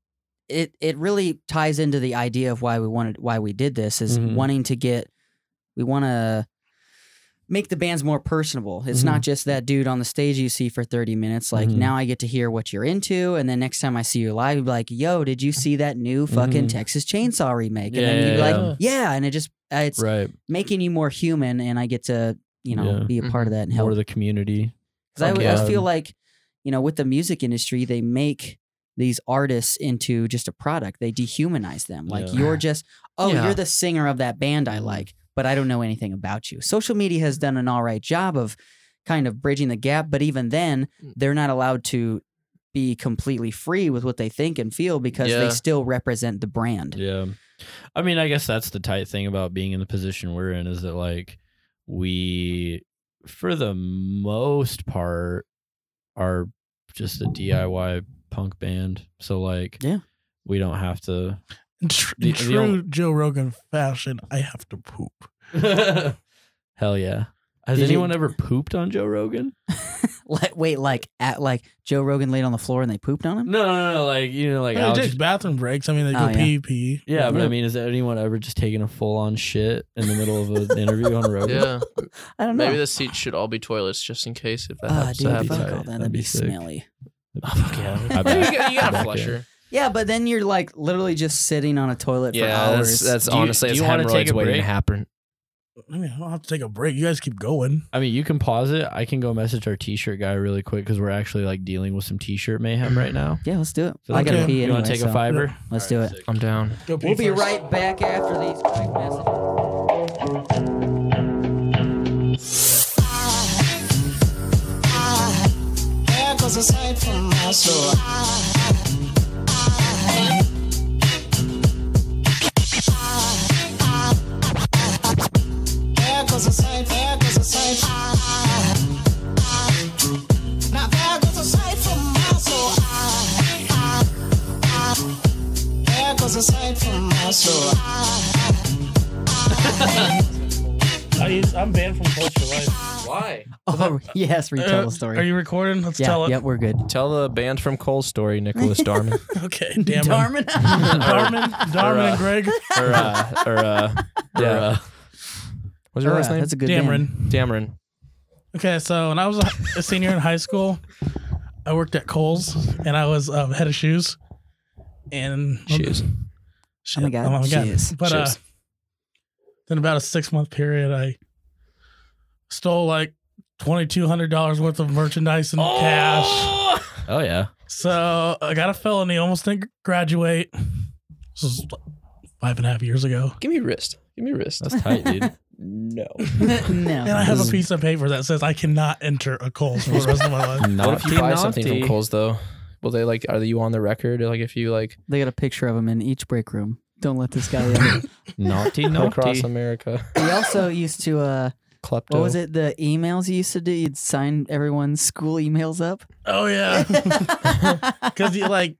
S1: it it really ties into the idea of why we wanted why we did this is
S3: Mhm.
S1: wanting to get we want to make the bands more personable it's
S3: Mm-hmm.
S1: not just that dude on the stage you see for 30 minutes like
S3: Mhm.
S1: now i get to hear what you're into and then next time i see you live you'd be like yo did you see that new fucking
S3: Mhm.
S1: texas chainsaw remake and
S3: Yeah,
S1: then you'd be
S3: yeah,
S1: like yeah and it just uh, it's
S3: right
S1: making you more human and i get to you know
S3: Yeah.
S1: be a part of that and help
S3: more of the community.
S1: because I,
S3: Fuck
S1: would- I
S3: yeah.
S1: feel like, you know, with the music industry, they make these artists into just a product. They dehumanize them. Like
S3: Yeah.
S1: you're just, oh,
S2: Yeah.
S1: you're the singer of that band I like, but I don't know anything about you. Social media has done an all right job of kind of bridging the gap, but even then, they're not allowed to be completely free with what they think and feel because
S2: Yeah.
S1: they still represent the brand.
S3: Yeah. I mean, I guess that's the tight thing about being in the position we're in is that like we for the most part are just a DIY punk band. So like
S1: Yeah.
S3: we don't have to
S5: In tr-
S3: The-
S5: in
S3: the
S5: true
S3: only-
S5: Joe Rogan fashion, I have to poop.
S3: Hell yeah. Has
S1: Did you-
S3: anyone ever pooped on Joe Rogan?
S1: *laughs* Like, wait, like at like Joe Rogan laid on the floor and they pooped on him?
S3: No, no, no. Like, you know, like
S5: I mean,
S3: Alex-
S5: it takes bathroom breaks. I mean, they
S1: Oh,
S5: go
S1: yeah.
S5: pee pee.
S3: Yeah, but I mean, is anyone ever just taking a full on shit in the middle of an interview on Rogan?
S2: Yeah.
S1: I don't know.
S2: Maybe the seats should all be toilets just in case if that
S1: Ah,
S2: happens
S1: dude, fuck
S2: to
S1: all
S2: happen.
S3: tight.
S1: that. That'd,
S3: That'd
S1: be,
S3: be sick.
S1: smelly.
S3: Oh, fuck yeah. I
S2: You
S3: bet.
S2: got, you got a
S3: Back
S2: flusher.
S1: Yeah, but then you're like literally just sitting on a toilet for
S2: Yeah,
S1: hours.
S2: that's, that's
S3: Do you-
S2: honestly
S3: do
S2: it's
S3: you wanna take
S2: hemorrhoids
S3: a
S2: waiting to
S3: break?
S2: happen.
S5: I mean, I don't have to take a break. You guys keep going.
S3: I mean, you can pause it. I can go message our t-shirt guy really quick because we're actually like dealing with some t-shirt mayhem right now.
S1: yeah, let's do it. *laughs*
S3: So
S1: I
S3: like,
S1: gotta
S5: okay.
S1: pee
S3: you
S1: anyway.
S3: want to take
S1: so
S3: a fiber?
S1: Let's do it.
S2: I'm down.
S5: Go pee
S1: We'll be
S5: first.
S1: right back after these quick messages.
S6: Hair goes aside from my soul. Hair goes aside, hair goes aside. Now hair goes aside from my soul. Hair goes aside from my soul.
S5: I, I'm banned from culture life.
S2: Why?
S1: Oh *laughs* yes, retell the story.
S5: uh, Are you recording? Let's
S1: yeah,
S5: tell it.
S1: yep, we're good.
S2: Tell the band from Cole
S1: *laughs*
S2: story, Nicholas Darman.
S5: Okay, *laughs* damn it. Darman,
S1: Darman,
S5: Darman,
S2: Or, uh,
S5: and Greg.
S2: or uh or uh yeah.
S3: Yeah.
S2: what's your last
S1: Alright,
S2: name?
S1: Ah, Uh, that's a good name.
S5: Damron.
S2: Dameron.
S5: Okay, so when I was a senior in high school, I worked at Kohl's and I was um, head of shoes. And
S2: Shoes.
S1: Oh my god, cheers.
S5: But uh,
S2: Shoes.
S5: in about a six month period, I stole like twenty two hundred dollars worth of merchandise and cash.
S3: Oh yeah.
S5: So I got a felony. Almost didn't graduate. This was five and a half years ago.
S2: Give me wrist. Give me wrist.
S3: That's *laughs*
S1: *laughs*
S3: tight, dude.
S5: *laughs*
S2: no.
S5: And I
S1: no,
S5: have
S3: This
S5: a
S3: is-
S5: piece of paper that says I cannot enter a Kohl's for the rest of my
S3: *laughs*
S5: life.
S2: What if you buy something
S3: naughty.
S2: from Cole's though? Will they like are you on the record? Like if you like
S1: they got a picture of him in each break room. Don't let this guy in.
S5: *laughs*
S1: *laughs*
S3: Naughty,
S2: across
S3: naughty.
S2: America. *laughs*
S1: we also used to uh
S2: Klepto.
S1: what
S5: Oh.
S1: was it, the emails you used to do? You'd sign everyone's school emails
S5: *laughs*
S1: up. *laughs*
S5: Oh yeah, because you like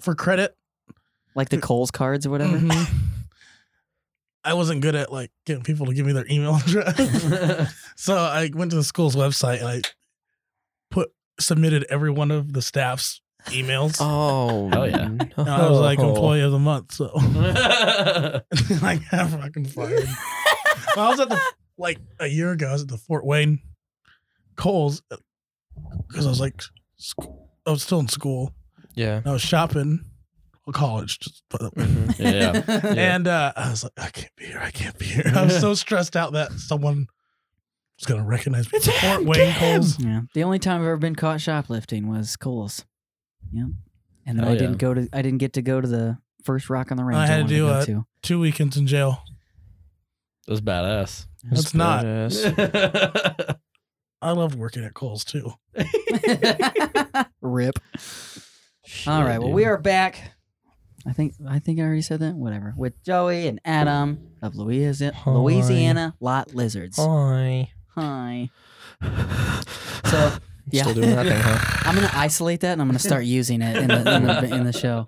S5: for credit. mm-hmm,
S1: like the Coles cards or whatever.
S5: I wasn't good at like getting people to give me their email *laughs* address, so I went to the school's website and I put submitted every one of the staff's emails.
S2: Oh,
S3: Hell yeah.
S2: no.
S5: And I was
S2: Oh.
S5: like employee of the month, so *laughs* like I fucking fired. I was at the like a year ago. I was at the Fort Wayne Coles because I was like, sc- I was still in school.
S2: *laughs* Yeah.
S5: I was shopping, well, college, just by the way.
S2: Mhm.
S3: yeah.
S1: *laughs*
S5: And uh, I was like, I can't be here. I can't be here. I was so stressed out that someone was gonna recognize
S1: *laughs*
S5: me. It's Fort Wayne Coles.
S1: yeah. The only time I've ever been caught shoplifting was Coles. Yeah. And then
S3: Oh,
S1: I
S3: yeah.
S1: didn't go to I didn't get to go to the first rock on the range.
S5: I had to
S1: wanted
S5: do
S1: go
S5: a-
S1: to.
S5: Two weekends in jail.
S3: That was badass.
S5: That's
S4: *laughs*
S5: not-
S2: badass.
S3: *laughs*
S5: I loved working at Coles too.
S1: Rip. *laughs* All right. Well, we are back. I think I think I already said that. Whatever. With Joey and Adam of Louisiana,
S2: Hi.
S1: Louisiana Lot Lizards.
S2: Hi.
S1: Hi. So yeah,
S2: Still doing that thing, huh?
S1: *laughs* I'm gonna isolate that and I'm gonna start using it in the in the, in the show.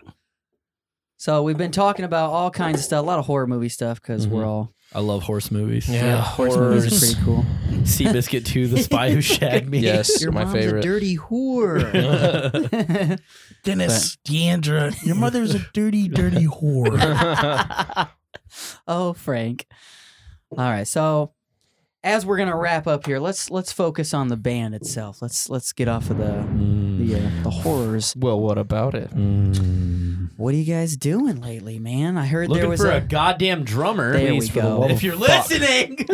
S1: So we've been talking about all kinds of stuff, a lot of horror movie stuff because we're
S3: Mm-hmm.
S2: Mhm.
S1: all
S3: I love horse movies.
S1: horse movies are pretty cool.
S3: *laughs* Seabiscuit 2, The
S1: *laughs*
S3: Spy Who Shagged
S2: *laughs*
S3: Me. *laughs*
S2: Yes,
S1: Your
S2: my
S1: mom's a
S2: favorite.
S1: dirty whore.
S3: yeah.
S5: Dennis, Deandra, your mother's a dirty, dirty
S3: *laughs*
S5: whore.
S1: *laughs* oh, Frank. All right, so as we're gonna wrap up here, let's let's focus on the band itself. Let's let's get off of the the, uh, the horrors.
S2: well, what about it?
S1: What are you guys doing lately, man? I heard there
S3: Mm. Looking
S1: was
S3: for a,
S1: a
S3: goddamn drummer.
S1: There
S3: Please,
S1: we
S3: for the
S1: go.
S3: love of
S2: If
S3: you're *laughs* listening.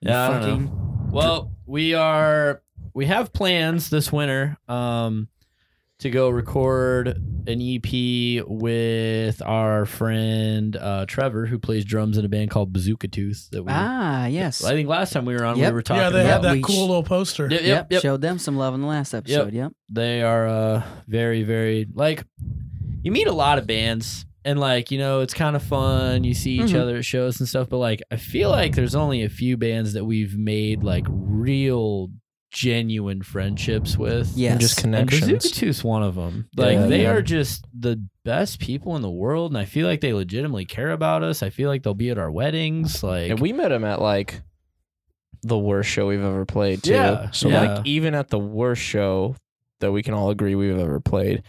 S3: yeah, I don't know.
S1: fucking
S3: Well, we are we have plans this winter um to go record an EP with our friend uh Trevor who plays drums in a band called Bazooka Tooth that we
S1: ah yes.
S3: I think last time we were on
S1: Yep.
S3: we were talking
S5: yeah, they
S3: about
S5: had
S1: Yeah,
S5: that
S1: we
S5: cool
S1: sh-
S5: little poster.
S3: Yep,
S1: Yep,
S3: yep, yep.
S1: Showed them some love in the last episode. Yep.
S3: They are uh very very like you meet a lot of bands and like you know it's kind of fun you see each
S2: Mm-hmm.
S1: Mhm.
S3: other at shows and stuff but like I feel like there's only a few bands that we've made like real genuine friendships with.
S1: Yes.
S2: And just
S3: And Bazooka
S2: connections.
S3: Tooth's one of them. Like
S2: Yeah,
S3: they
S2: man.
S3: are just the best people in the world, and I feel like they legitimately care about us. I feel like they'll be at our weddings. Like
S2: And we met him at like the worst show we've ever played, too.
S3: Yeah,
S2: So,
S3: yeah.
S2: like, even at the worst show that we can all agree we've ever played,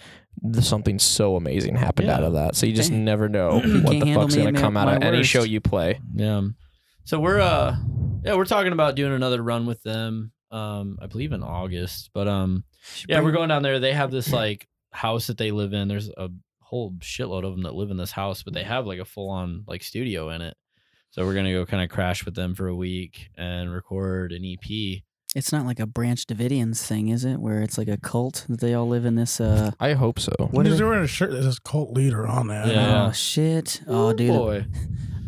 S2: th- something so amazing happened
S3: Yeah.
S2: out of that. So, you just
S1: Dang. *clears throat*
S2: never know
S1: You
S2: what
S1: can't
S2: the
S1: handle
S2: fuck's
S1: me
S2: going
S1: at
S2: to
S1: my-
S2: come out
S1: my
S2: of any
S1: worst.
S2: show you play.
S3: Yeah. So we're uh yeah, we're talking about doing another run with them. Um I believe in August, but um yeah, we're going down there. They have this like house that they live in. There's a whole shitload of them that live in this house, but they have like a full-on like studio in it. So we're going to go kind of crash with them for a week and record an E EP.
S1: It's not like a Branch Davidians thing, is it? Where it's like a cult that they all live in this. uh
S2: I hope so.
S1: What
S5: Because
S1: is
S5: they
S1: it?
S5: wearing a shirt that says cult leader on that.
S3: Yeah.
S1: Oh shit! Oh dude,
S3: boy.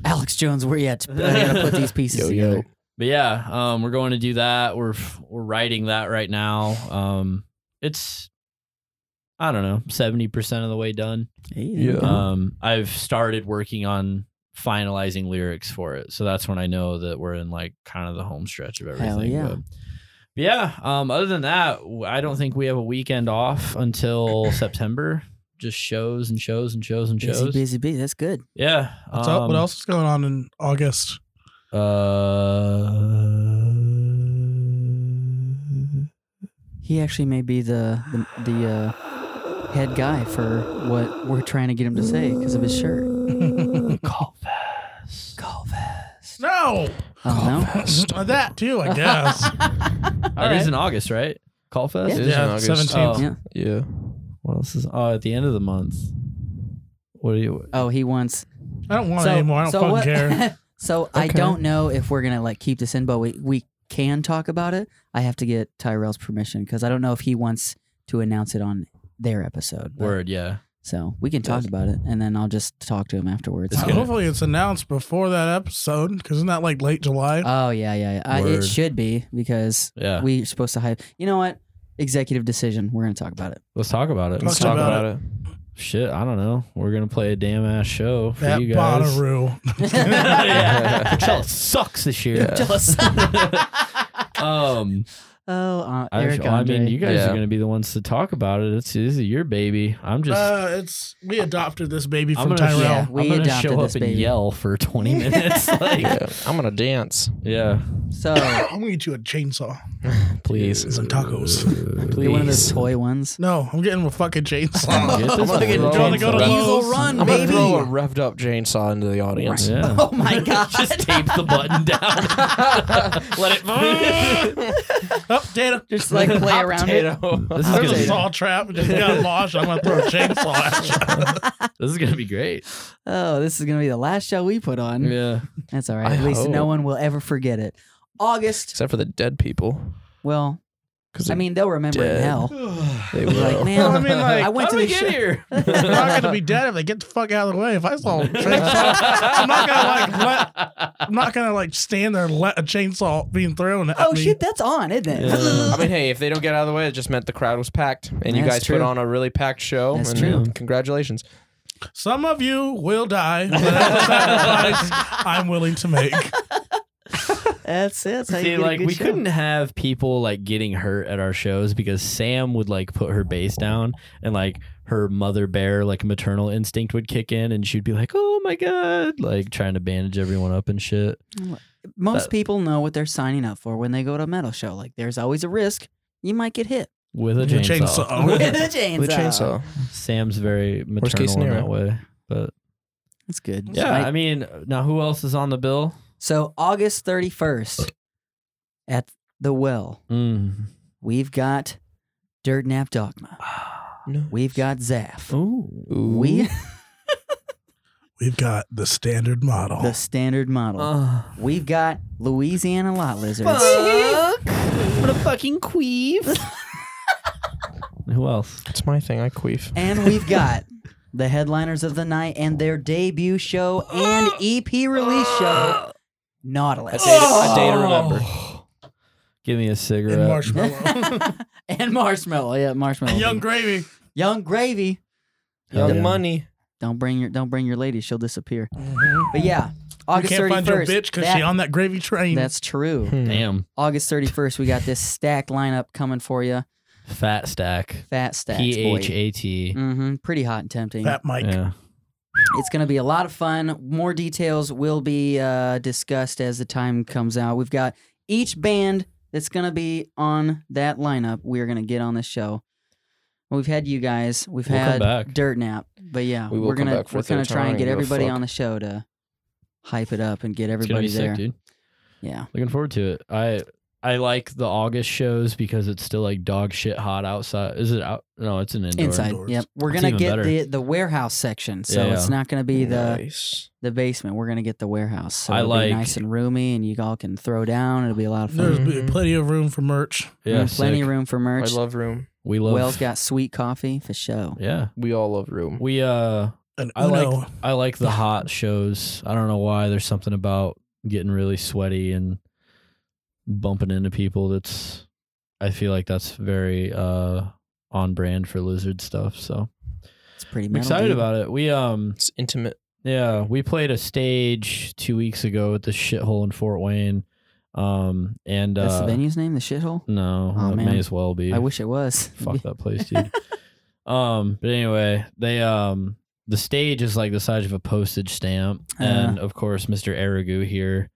S1: Alex Jones, where you at? I gotta put these pieces
S2: Yo, yo.
S1: together.
S3: But yeah, um, we're going to do that. We're we're writing that right now. Um, it's I don't know, seventy percent of the way done.
S1: Hey, there you
S2: Yeah.
S1: go.
S3: Um, I've started working on finalizing lyrics for it, so that's when I know that we're in like kind of the home stretch of everything.
S1: yeah.
S3: But, but yeah. Um, other than that, w- I don't think we have a weekend off
S1: *clears throat*
S3: until September. Just shows and shows and shows and
S1: busy,
S3: shows.
S1: busy, busy. That's good.
S3: Yeah.
S5: What's up? What
S3: um,
S5: else is going on in August?
S3: Uh.
S1: He actually may be the the, the uh, head guy for what we're trying to get him to say because of his shirt. Colvest.
S5: No,
S1: Oh no.
S5: Uh, that too. I guess.
S3: That is in August, right? Call Fest?
S2: It is in
S5: yeah,
S2: August.
S3: Oh.
S5: seventeenth.
S1: Yeah.
S2: Yeah.
S3: What else is oh at the end of the month? What do you
S1: Oh, he wants
S5: I don't want it anymore. I don't fucking care.
S1: *laughs* so I don't know if we're gonna like keep this in, but we we can talk about it. I have to get Tyrell's permission because I don't know if he wants to announce it on their episode. but-
S3: word, yeah.
S1: So we can talk about it, and then I'll just talk to him afterwards.
S3: It's
S5: Uh,
S3: gonna-
S5: Hopefully, it's announced before that episode because isn't that like late July?
S1: Oh yeah, yeah. yeah. I, it
S3: Word.
S1: should be because
S3: Yeah.
S1: we're supposed to hype. You know what? Executive decision. We're gonna talk about it.
S3: Let's talk about it.
S5: Let's talk about
S2: it.
S3: shit, I don't know. We're gonna play a damn ass show for
S5: That
S3: you guys.
S5: Bonnaroo.
S3: *laughs*
S5: *laughs*
S3: yeah. Coachella sucks this year.
S2: Yeah.
S1: Jealous. *laughs*
S3: Um,
S1: oh, uh,
S3: I,
S1: Eric.
S3: I mean,
S1: Andre.
S3: you guys
S2: Yeah.
S3: are gonna be the ones to talk about it. It's this is your baby. I'm *laughs* just.
S5: uh, it's we adopted this baby
S3: I'm
S5: from
S3: gonna,
S5: Tyrell.
S1: Yeah. we
S3: I'm gonna
S1: adopted
S3: show up
S1: this
S3: and
S1: baby.
S3: yell for
S1: *laughs*
S3: 20 minutes. like,
S2: Yeah, I'm gonna dance,
S3: yeah, *laughs*
S1: so
S5: *coughs* I'm gonna get you a chainsaw.
S2: please.
S5: Some tacos.
S1: Get one of those
S2: Please.
S1: toy ones.
S5: No, I'm getting a fucking chainsaw.
S3: Get this
S2: I'm gonna get
S3: throw-
S5: drunk and go to
S2: Lowe's.
S1: Diesel run,
S2: I'm gonna
S1: baby.
S2: throw a revved up chainsaw into the audience.
S1: Right.
S3: Yeah.
S1: *laughs* Oh
S3: *laughs*
S1: my god.
S3: just tape the
S1: *laughs*
S3: button down. Let it.
S1: *laughs*
S5: oh, data.
S1: Just like play
S2: Hot
S1: around it.
S2: potato.
S3: this is
S5: There's
S3: gonna
S5: a
S3: be
S5: saw trap. Just got launched. I'm gonna throw a chainsaw at you.
S3: this is gonna be great.
S1: *laughs* Oh, this is gonna be the last show we put on.
S3: Yeah.
S1: That's all right.
S2: I
S1: At least no
S2: hope.
S1: one will ever forget it. August.
S2: Except for the dead people,
S1: Well,
S2: because
S1: I mean, they'll remember it in
S2: dead.
S1: hell. They're
S2: they will.
S1: like, man,
S3: *laughs*
S5: I mean, like,
S1: I went to
S3: How do we
S1: the
S3: get
S1: show.
S3: here?
S5: They're not gonna be dead if they get the fuck out of the way. If I saw a chainsaw, I'm not gonna like let. I'm not gonna like stand there and let a chainsaw being thrown at
S1: Oh
S5: me.
S1: shit, that's on, isn't it?
S3: Yeah.
S2: I mean, hey, if they don't get out of the way, it just meant the crowd was packed, and you
S1: That's
S2: guys
S1: true.
S2: put on a really packed show.
S1: That's
S2: and
S1: true.
S2: Congratulations.
S5: Some of you will die. But that's the sacrifice I'm willing to make.
S1: *laughs* That's it. That's how you
S3: See,
S1: get a
S3: like
S1: good
S3: we
S1: show.
S3: couldn't have people like getting hurt at our shows because Sam would like put her bass down and like her mother bear like maternal instinct would kick in and she'd be like, "Oh my god!" Like trying to bandage everyone up and shit.
S1: Most
S3: that-
S1: people know what they're signing up for when they go to a metal show. Like, there's always a risk you might get hit
S3: with a
S5: The
S1: *laughs*
S3: chainsaw.
S1: with
S5: chainsaw.
S1: a chainsaw.
S2: With a chainsaw.
S3: *laughs* Sam's very
S2: Worst case
S3: maternal in that way. But
S1: That's good.
S3: yeah,
S1: Right?
S3: I mean, now who else is on the bill?
S1: So August 31st at the well,
S3: Mm.
S1: we've got Dirt Nap Dogma.
S2: *gasps* No.
S1: We've got Zaff.
S3: Ooh.
S1: We
S5: We've got the standard model.
S3: Oh.
S1: the standard model.
S3: Uh,
S1: We've got Louisiana lot lizards.
S3: What a fucking queef. who else?
S2: It's my thing. I queef.
S1: And we've got the headliners of the night and their debut show
S3: *gasps*
S1: and EP release show, Nautilus.
S3: Oh.
S2: A day, to- a day to remember.
S3: Give me a cigarette.
S5: and marshmallow.
S1: *laughs* and Marshmallow. Yeah, Marshmallow.
S5: and young gravy.
S1: Young Gravy.
S2: Young
S3: Yeah.
S2: money.
S1: Don't bring your don't bring your lady, she'll disappear.
S3: Mm-hmm.
S1: But yeah, August
S5: you can't
S1: 31st.
S5: find your bitch because
S1: that-
S5: she on that gravy train.
S1: That's true.
S2: Hmm.
S3: Damn.
S1: August 31st, we got this stacked lineup coming for you.
S3: Fat stack.
S1: Fat stacks,
S3: P H
S1: boy.
S3: A T.
S1: Mm-hmm. Pretty hot and tempting.
S5: Fat Mike.
S3: Yeah.
S1: It's going to be a lot of fun. More details will be uh, discussed as the time comes out. We've got each band that's going to be on that lineup. We're going to get on this show. We've had you guys. We've
S3: We'll come
S1: had
S3: back.
S1: Dirt Nap, but yeah,
S2: We will
S1: are
S2: come
S1: gonna
S2: back for
S1: we're
S2: a third
S1: gonna try
S2: time.
S1: and
S2: I
S1: get
S2: don't give a
S1: everybody
S2: fuck.
S1: on the show to hype it up and get
S3: It's gonna
S1: everybody
S3: be
S1: there.
S3: sick, dude.
S1: Yeah,
S3: Looking forward to it. I I like the August shows because it's still like dog shit hot outside. Is it out? No, it's an indoor.
S1: inside.
S5: Indoors.
S1: Yep, we're
S3: It's
S1: gonna
S3: even
S1: get
S3: better.
S1: the the warehouse section, so
S3: Yeah,
S1: it's
S3: yeah.
S1: not gonna be the
S2: Nice.
S1: the basement. We're gonna get the warehouse. So
S3: I
S1: it'll be
S3: like-
S1: nice and roomy, and you all can throw down. It'll be a lot of fun.
S5: There's
S2: Mhm.
S5: plenty of room for merch.
S3: Yeah,
S1: And Mm, plenty
S3: sick.
S1: of room for
S2: I
S1: merch.
S2: love room.
S3: We love.
S1: Wells got sweet coffee for show.
S3: Yeah,
S2: We all love room.
S3: we uh,
S5: And
S3: I
S5: Uno.
S3: like I like the hot shows. I don't know why. There's something about getting really sweaty and bumping into people. That's I feel like that's very uh on brand for lizard stuff. So
S1: It's pretty.
S3: I'm
S1: Metal,
S3: excited
S1: dude.
S3: about it. We um
S2: it's intimate.
S3: Yeah, we played a stage two weeks ago at the shithole in Fort Wayne. Um, and
S1: That's
S3: uh,
S1: the venue's name, the shithole.
S3: no,
S1: Oh,
S3: it
S1: man.
S3: may as well be.
S1: I wish it was. *laughs*
S3: Fuck that place, dude. um, but anyway, they um the stage is like the size of a postage stamp,
S1: Uh.
S3: and of course, Mr. Aragu here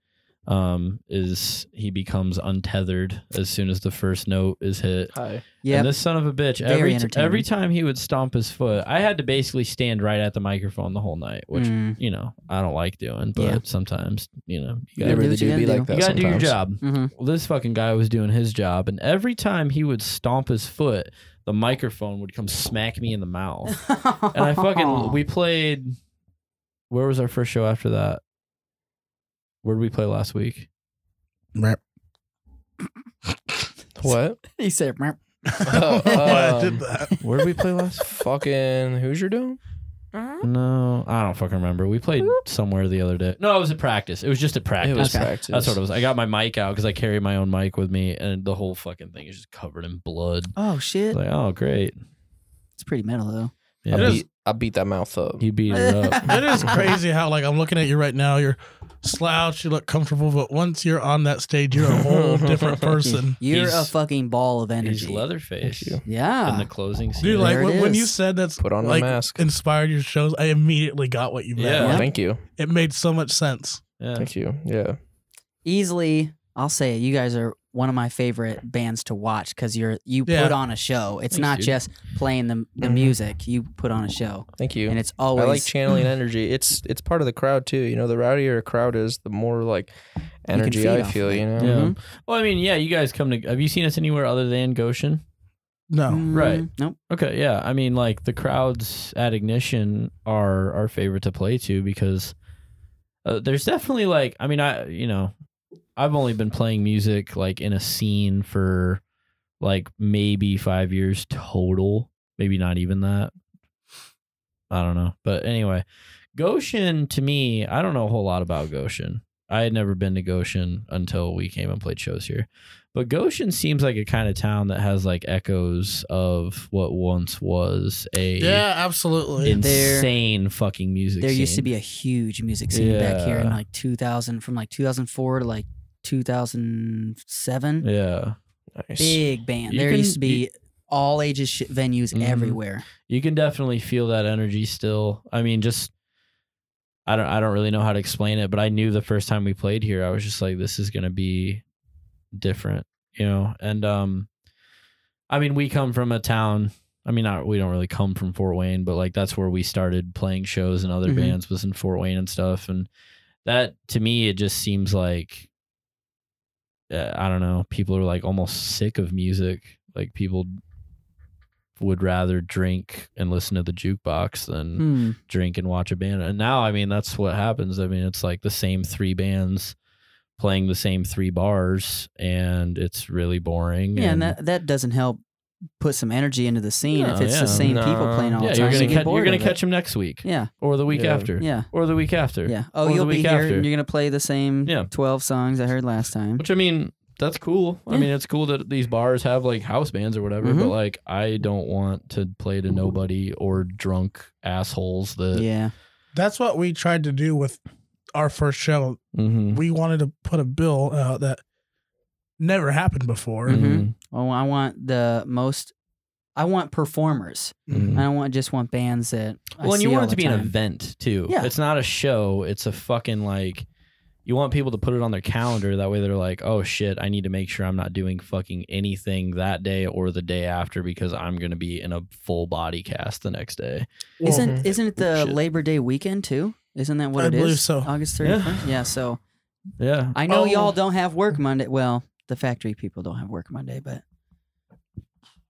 S3: um is he becomes untethered as soon as the first note is hit.
S2: Hi.
S1: Yeah,
S3: And this son of a bitch,
S1: Uh, Very
S3: every t-
S1: entertaining.
S3: every time he would stomp his foot, I had to basically stand right at the microphone the whole night, which
S1: Mm.
S3: you know I don't like doing, but
S1: Yeah.
S3: sometimes you know you
S2: You
S1: gotta do
S3: gotta,
S2: really
S1: what you
S2: do
S1: gotta
S2: be
S1: do.
S2: like that.
S3: you gotta do your
S2: sometimes.
S3: job.
S1: Mhm.
S3: Well, this fucking guy was doing his job, and every time he would stomp his foot, the microphone would come smack me in the mouth, *laughs*
S1: *laughs*
S3: and I fucking we played. Where was our first show after that? Where did we play last week?
S5: Rap.
S2: What?
S1: *laughs* he said. "Meow."
S5: *laughs*
S2: Oh, *laughs*
S5: Why I
S2: um,
S5: did that.
S3: Where did
S2: *laughs*
S3: we play last?
S2: Fucking Hoosier Dome?
S3: no, I don't fucking remember. We played somewhere the other day. No, it was at practice. It was just at practice.
S2: It was
S1: Okay.
S2: practice.
S3: That's what it was. I got my mic out because I carry my own mic with me, and the whole fucking thing is just covered in blood.
S1: Oh shit!
S3: It's like, oh great.
S1: It's pretty metal though.
S2: I
S3: Yeah.
S5: It is.
S2: beat, I beat that mouth up.
S3: You beat
S1: *laughs*
S3: it up.
S5: It is crazy how like I'm looking at you right now. You're slouched. You look comfortable, but once you're on that stage, you're a
S2: *laughs*
S5: whole different person.
S1: You're a
S3: He's-
S1: fucking ball of energy. Ah.
S3: He's Leatherface
S2: Thank you.
S1: Yeah.
S3: in the closing scene.
S5: Dude, like
S1: There it
S5: when, when you
S1: is.
S5: said that's
S2: Put on the
S5: like
S2: mask.
S5: inspired your shows, I immediately got what you meant.
S3: Yeah.
S2: Well,
S1: Yeah.
S2: Thank you.
S5: It made so much sense.
S3: yeah.
S2: Thank you. Yeah.
S1: Easily, I'll say it, you guys are one of my favorite bands to watch because you're you
S5: Yeah.
S1: put on a show. It's
S3: Thanks,
S1: not
S3: dude.
S1: just playing the the
S2: Mhm.
S1: music. You put on a show,
S2: Thank you.
S1: and it's
S2: I
S1: always *clears throat*
S2: like channeling energy. It's it's part of the crowd too. You know, the rowdier a crowd is, the more like
S1: can
S2: energy
S1: feed
S2: I
S1: off of
S2: feel.
S1: it.
S2: You know. Mm-hmm.
S3: Yeah.
S1: Mhm.
S3: Well, I mean, yeah, you guys come to. Have you seen us anywhere other than Goshen?
S5: No,
S1: Mm,
S3: Right.
S1: Nope.
S3: Okay, yeah. I mean, like the crowds at Ignition are our favorite to play to because uh, there's definitely like, I mean, I you know, I've only been playing music like in a scene for like maybe five years total, maybe not even that. I don't know, but anyway, Goshen to me, I don't know a whole lot about Goshen. I had never been to Goshen until we came and played shows here. But Goshen seems like a kind of town that has like echoes of what once was a
S5: yeah, absolutely.
S1: In- There-
S3: insane fucking music.
S1: There used to
S3: scene.
S1: be a huge music scene back here in
S3: Yeah.
S1: like 2000, from like 2004 to like 2007.
S3: yeah.
S2: Nice.
S1: Big band.
S3: You
S1: there
S3: can-
S1: used to be
S3: you-
S1: all ages sh- venues
S3: Mhm.
S1: everywhere.
S3: You can definitely feel that energy still. I mean, just I don't I don't really know how to explain it, but I knew the first time we played here, I was just like, this is gonna be different, you know. And um, I mean, we come from a town. I mean, not we don't really come from Fort Wayne, but like that's where we started playing shows and other
S1: Mhm.
S3: bands was in Fort Wayne and stuff. And that to me, it just seems like uh, I don't know. People are like almost sick of music. Like people would rather drink and listen to the jukebox than
S1: Hmm.
S3: drink and watch a band. And now, I mean, that's what happens. I mean, it's like the same three bands playing the same three bars, and it's really boring.
S1: Yeah, and that, that doesn't help put some energy into the scene if
S3: No,
S1: it's
S3: Oh, yeah.
S1: the same people
S2: No.
S1: playing all
S3: yeah,
S1: the
S3: you're
S1: time. you
S3: gonna
S1: get
S3: catch, you're
S1: bored
S3: gonna
S1: of it.
S3: catch them next week
S1: Yeah,
S3: or the week
S2: Yeah.
S3: after
S1: yeah,
S3: or the week after.
S1: yeah. Oh,
S3: Or the
S1: you'll be
S3: week
S1: here
S3: after.
S1: and you're gonna play the same
S3: Yeah.
S1: 12 songs I heard last time.
S3: Which I mean, that's cool. I
S1: Yeah.
S3: mean, it's cool that these bars have like house bands or whatever. But
S1: Mhm.
S3: like, I don't want to play to nobody or drunk assholes that.
S1: Yeah.
S5: That's what we tried to do with our first show.
S3: Mhm.
S5: We wanted to put a bill out that never happened before.
S1: Mhm.
S3: Mhm.
S1: Oh, I want the most. I want performers.
S3: Mhm.
S1: I don't want just want bands that. I
S3: Well, and you
S1: see
S3: want
S1: all
S3: it to
S1: the
S3: be an
S1: time.
S3: event too.
S1: Yeah.
S3: It's not a show. It's a fucking like. You want people to put it on their calendar. That way, they're like, "Oh shit, I need to make sure I'm not doing fucking anything that day or the day after because I'm gonna be in a full body cast the next day."
S5: Well,
S1: Isn't isn't it the
S3: Shit.
S1: Labor Day weekend too? Isn't that what
S5: Mm-hmm. I
S1: it is?
S5: believe so.
S1: August
S3: Yeah.
S1: 31st. Yeah. So
S3: Yeah.
S1: I know
S5: Oh.
S1: y'all don't have work Monday. Well, the factory people don't have work Monday, but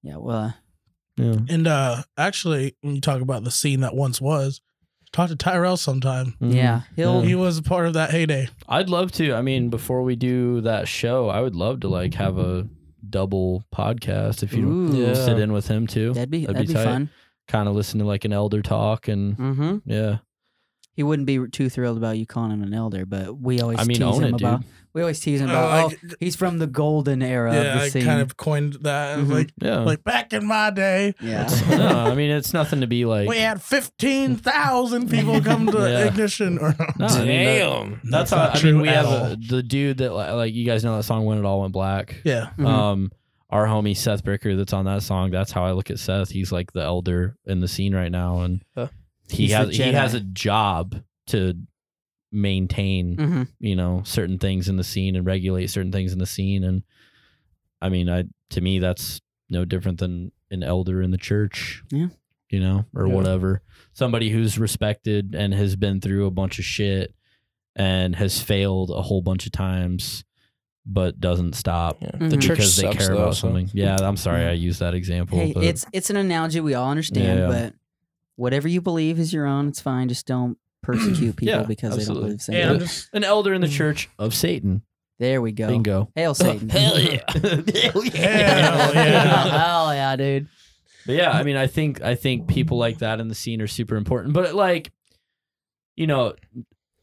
S1: yeah. Well, uh,
S3: Yeah.
S5: And uh actually, when you talk about the scene that once was, talk to Tyrell sometime.
S3: Mm-hmm.
S1: yeah. He'll.
S5: He was a part of that heyday.
S3: I'd love to. I mean, before we do that show, I would love to like have a double podcast if you
S1: Ooh,
S2: Yeah.
S3: sit in with him too.
S1: That'd be
S3: That'd
S1: that'd,
S3: be
S1: be,
S3: tight.
S1: fun.
S3: Kind of listen to like an elder talk and
S1: Mm-hmm.
S3: yeah.
S1: He wouldn't be too thrilled about you calling him an elder, but we always
S3: I mean,
S1: tease
S3: own
S1: him
S3: it, dude.
S1: about. We always tease him about.
S5: Uh,
S1: oh,
S5: like,
S1: he's from the golden era
S5: yeah,
S1: of the
S5: I
S1: scene.
S5: kind of coined that.
S1: Mhm.
S5: Like
S3: Yeah.
S5: like back in my day,
S3: *laughs*
S1: *laughs*
S3: no,
S1: yeah.
S3: I mean, it's nothing to be like.
S5: we had fifteen thousand people come to
S3: Yeah.
S5: ignition. Or
S3: No, I mean, that- that's,
S5: That's not
S3: how, I mean,
S5: true
S3: we
S5: at
S3: have
S5: all.
S3: a, the dude that li- like you guys know that song when it all went black.
S5: yeah,
S1: Mhm.
S3: Um, our homie Seth Bricker that's on that song. That's how I look at Seth. He's like the elder in the scene right now, and
S2: Huh.
S3: he
S1: He's the
S3: has he
S1: Jedi.
S3: has a job to maintain
S1: Mhm.
S3: you know certain things in the scene and regulate certain things in the scene. And I mean, I to me that's no different than an elder in the church.
S1: Yeah.
S3: You know, or
S2: Yeah.
S3: whatever. Somebody who's respected and has been through a bunch of shit and has failed a whole bunch of times, but doesn't stop
S2: Yeah. The
S1: Mhm.
S2: church
S3: because they
S2: sucks,
S3: care
S2: though,
S3: about
S2: so-
S3: something. Yeah, I'm sorry
S5: Yeah.
S3: I used that example.
S1: Hey,
S3: but
S1: it's it's an analogy we all understand,
S3: Yeah.
S1: but whatever you believe is your own. It's fine. Just don't persecute people
S3: Yeah,
S1: because
S3: absolutely.
S1: they don't believe the same.
S5: and I'm
S1: thing.
S5: just
S3: an elder in the church of Satan.
S1: There we go.
S3: Bingo.
S1: Hail Satan. Hell *laughs* yeah.
S3: *laughs* Hell
S5: Hell yeah.
S1: Hell *laughs* yeah, dude.
S3: But yeah, I mean, I think I think people like that in the scene are super important. But like, you know,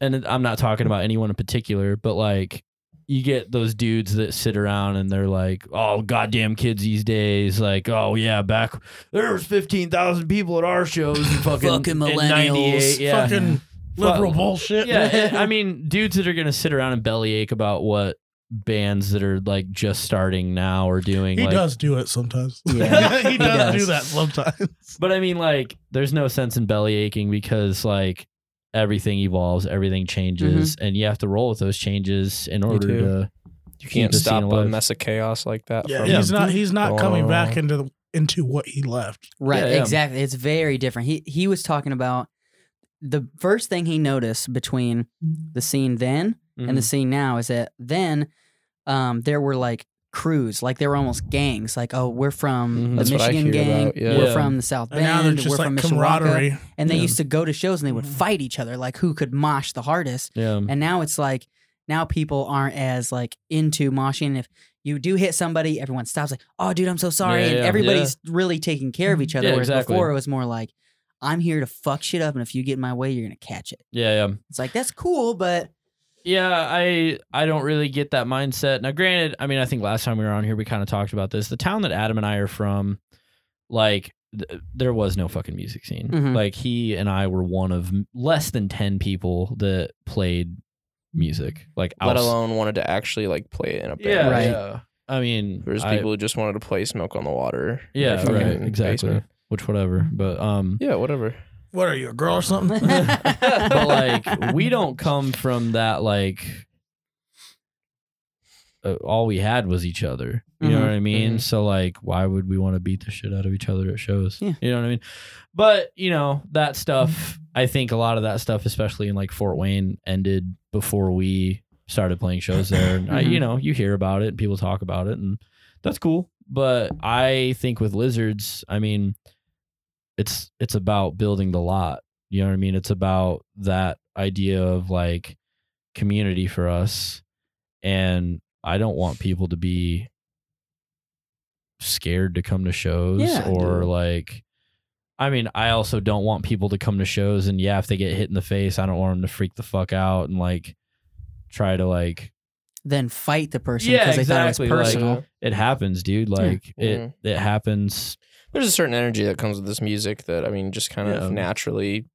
S3: and I'm not talking about anyone in particular, but like, you get those dudes that sit around and they're like, "Oh, goddamn kids these days!" Like, "Oh yeah, back there was fifteen thousand people at our shows."
S1: *laughs*
S3: And fucking,
S1: Fucking
S3: in
S1: millennials.
S3: 98, yeah. *laughs*
S5: Fucking liberal
S3: Fuck.
S5: bullshit.
S3: yeah, I mean, dudes that are gonna sit around and bellyache about what bands that are like just starting now are doing.
S5: he
S3: like,
S5: does do it sometimes.
S1: Yeah.
S5: *laughs* he does
S1: does.
S5: do that sometimes.
S3: But I mean, like, there's no sense in belly aching because, like, everything evolves, everything changes, and you have to roll with those changes in order
S2: Mm-hmm. do.
S3: to.
S2: You can't
S3: the scene
S2: stop a
S3: alive.
S2: mess of chaos like that.
S5: Yeah,
S2: from
S5: he's not. He's not coming back
S2: Oh.
S5: into the, into what he left.
S1: Right,
S3: Yeah, yeah.
S1: exactly. It's very different. He he was talking about the first thing he noticed between the scene then
S3: Mm-hmm.
S1: and the scene now is that then um there were like crews, like they were almost gangs, like oh we're from
S2: Mhm.
S1: the
S2: That's what I
S1: Michigan
S2: hear
S1: gang,
S2: about, yeah.
S1: we're
S3: Yeah.
S1: from the South
S5: And now
S1: Bend,
S5: they're
S1: we're
S5: just
S1: from
S5: like
S1: Mishawaka,
S5: camaraderie.
S1: and they
S2: Yeah.
S1: used to go to shows and they
S3: Mm-hmm.
S1: would fight each other, like who could mosh the hardest.
S3: yeah.
S1: And now it's like now people aren't as like into moshing. If you do hit somebody, everyone stops like, "Oh, dude, I'm so sorry,"
S3: Yeah,
S1: and
S3: yeah, Mm-hmm.
S1: everybody's really taking care of each other.
S3: Yeah,
S1: whereas
S3: exactly.
S1: before it was more like, "I'm here to fuck shit up, and if you get in my way, you're gonna catch it."
S3: Yeah. Yeah.
S1: It's like that's cool,
S3: *laughs*
S1: but *laughs*
S3: Yeah. I, I don't really get that mindset. Now, granted, I mean, I think last time we were on here, we kind of talked about this. The town that Adam and I are from, like, th- there was no fucking music scene.
S2: Mm-hmm.
S1: Mhm.
S3: Like, he and I were one of m- less than 10 people that played music, like,
S2: Let
S3: outs-
S2: alone wanted to actually like play it in a band.
S3: Yeah.
S1: Right.
S3: yeah. I mean,
S2: There's
S3: I-
S2: people who just wanted to play Smoke on the Water. in
S3: Yeah,
S2: their fucking
S3: right, exactly.
S2: basement.
S3: Which whatever, but um,
S2: *laughs* Yeah, whatever.
S5: What are you, a girl or something?
S1: *laughs*
S3: but like we don't come from that like. Uh, all we had was each other. You know
S1: Mhm,
S3: what I mean?
S2: mhm.
S3: So like, why would we want to beat the shit out of each other at shows?
S1: Yeah.
S3: You know what I mean? But you know that stuff. I think a lot of that stuff, especially in like Fort Wayne, ended before we started playing shows there. And I, you know, you hear about it and people talk about it, and that's cool. But I think with lizards, I mean, it's it's about building the lot. You know what I mean? It's about that idea of like community for us. And I don't want people to be scared to come to shows
S1: Yeah,
S3: or
S1: dude.
S3: like I mean, I also don't want people to come to shows and yeah, if they get hit in the face, I don't want them to freak the fuck out and like try to like
S1: then fight the person
S3: Yeah,
S1: because they
S3: exactly,
S1: thought it
S3: like- uh
S1: was personal.
S3: it happens, dude. Like it
S1: Mm-hmm.
S3: it happens.
S2: There's a certain energy that comes with this music that I mean, just kind of
S3: Yeah.
S2: naturally,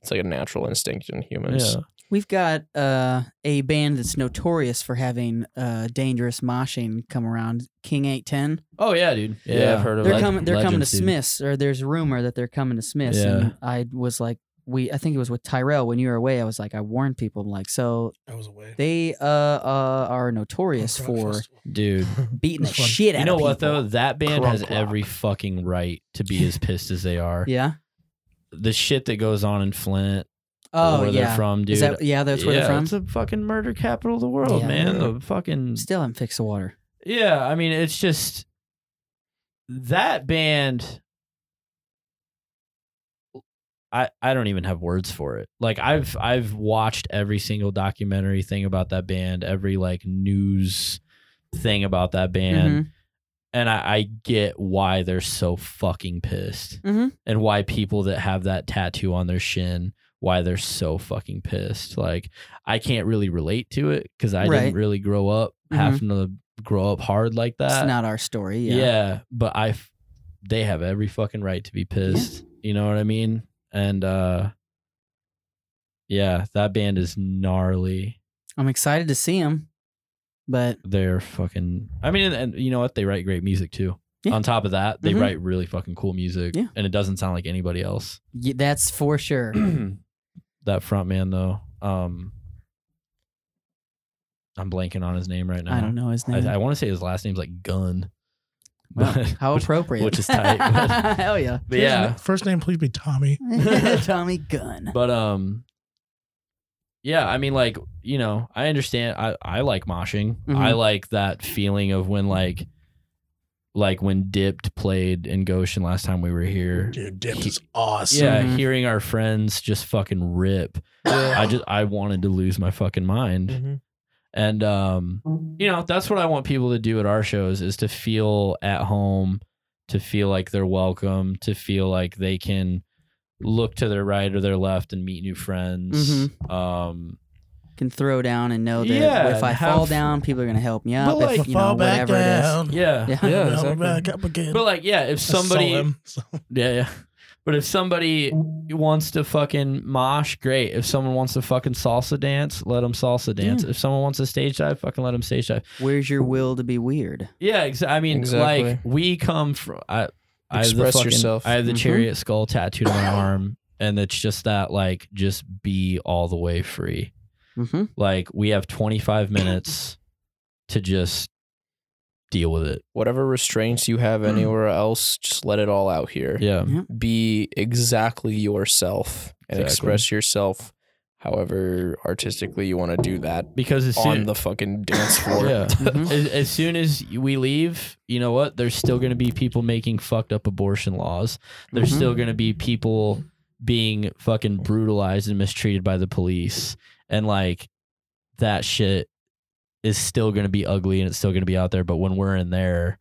S2: it's like a natural instinct in humans.
S3: Yeah.
S1: We've got uh, a band that's notorious for having uh, dangerous moshing come around. King Eight Ten.
S3: Oh yeah, dude. Yeah,
S2: I've heard of
S1: they're
S2: Leg-
S1: coming. They're coming to
S3: legends, dude.
S1: Smiths, or there's rumor that they're coming to Smiths. And I was like, we. I think it was with Tyrell when you were away. I was like, I warned people. I'm like, so
S5: I was away.
S1: they uh, uh are notorious
S5: Punk rock
S1: for
S5: festival.
S3: Dude,
S1: *laughs* beating
S5: It was
S1: the
S5: fun.
S1: shit out.
S3: you know
S1: of
S3: what
S1: people.
S3: though? That band has
S2: Crunk rock.
S3: every fucking right to be as pissed as they are.
S1: Yeah.
S3: The shit that goes on in Flint,
S1: Oh
S3: where
S1: yeah.
S3: they're from, dude.
S1: Is that yeah? That's where
S3: Yeah,
S1: they're
S3: It's
S1: from.
S3: the fucking murder capital of the world,
S1: Yeah.
S3: man. The fucking
S1: Still haven't fixed the water.
S3: yeah. I mean, it's just that band. I, I don't even have words for it. Like I've I've watched every single documentary thing about that band, every like news thing about that band. and I, I get why they're so fucking pissed
S1: Mhm.
S3: and why people that have that tattoo on their shin why they're so fucking pissed like i can't really relate to it because i
S1: Right.
S3: didn't really grow up
S1: Mhm.
S3: having to grow up hard like that
S1: it's not our story.
S3: Uh, yeah.
S1: Yeah.
S3: but i f- they have every fucking right to be pissed you know what i mean and uh yeah that band is gnarly
S1: I'm excited to see them, but
S3: they're fucking i mean and, and you know what they write great music too
S1: Yeah.
S3: on top of that they
S1: Mhm.
S3: write really fucking cool music
S1: Yeah.
S3: and it doesn't sound like anybody else
S1: y- that's for
S3: *clears throat*
S1: sure.
S3: that front man though um i'm blanking on his name right now
S1: I don't know his name.
S3: *laughs* i, want to say his last name's like gun *laughs*
S1: Well,
S3: but
S1: how
S3: which-
S1: appropriate.
S3: which is tight,
S1: *laughs*
S3: but-
S1: Hell yeah.
S3: but yeah
S5: First, name, please be Tommy.
S3: *laughs*
S1: *laughs* Tommy Gunn.
S3: but um yeah i mean like you know i understand i i like moshing
S1: Mhm.
S3: i like that feeling of when like like when dipped played in goshen last time we were here
S5: Dude, Dips is awesome.
S3: yeah
S1: Mhm.
S3: hearing our friends just fucking rip i just i wanted to lose my fucking mind
S2: Mhm.
S3: and um you know that's what i want people to do at our shows is to feel at home to feel like they're welcome to feel like they can look to their right or their left and meet new friends um
S1: can throw down and know that
S3: Yeah,
S1: if I
S3: and
S1: fall
S3: have-
S1: down, people are gonna help me
S5: But
S1: up.
S5: like,
S1: if, you know, whatever it
S3: Yeah.
S1: is. Yeah.
S2: Yeah,
S5: Now we're
S2: exactly.
S5: back up again.
S3: But like, yeah, if
S5: I saw
S3: somebody
S5: him, so-
S3: Yeah, yeah. But if somebody wants to fucking mosh, great. If someone wants to fucking salsa dance, let them salsa dance. If someone wants to stage dive, fucking let them stage dive.
S1: Where's your will to be weird?
S3: Yeah, exa- I mean,
S2: Exactly.
S3: like we come from. I, I have the
S2: Express
S3: fucking,
S2: yourself. Mm-hmm.
S3: I have the
S1: Mhm.
S3: chariot skull tattooed on my arm, and it's just that, like, just be all the way free
S1: Mm-hmm.
S3: like we have 25 minutes to just deal with it
S2: Whatever restraints you have anywhere else, just let it all out here.
S3: yeah
S2: Be exactly yourself and
S3: Exactly.
S2: express yourself however artistically you want to do that
S3: because as
S2: on
S3: soon,
S2: the fucking dance floor. *laughs*
S3: yeah.
S2: Mm-hmm.
S3: as, as soon as we leave you know what there's still going to be people making fucked up abortion laws there's
S1: Mhm.
S3: still going to be people being fucking brutalized and mistreated by the police and like that shit is still going to be ugly and it's still going to be out there but when we're in there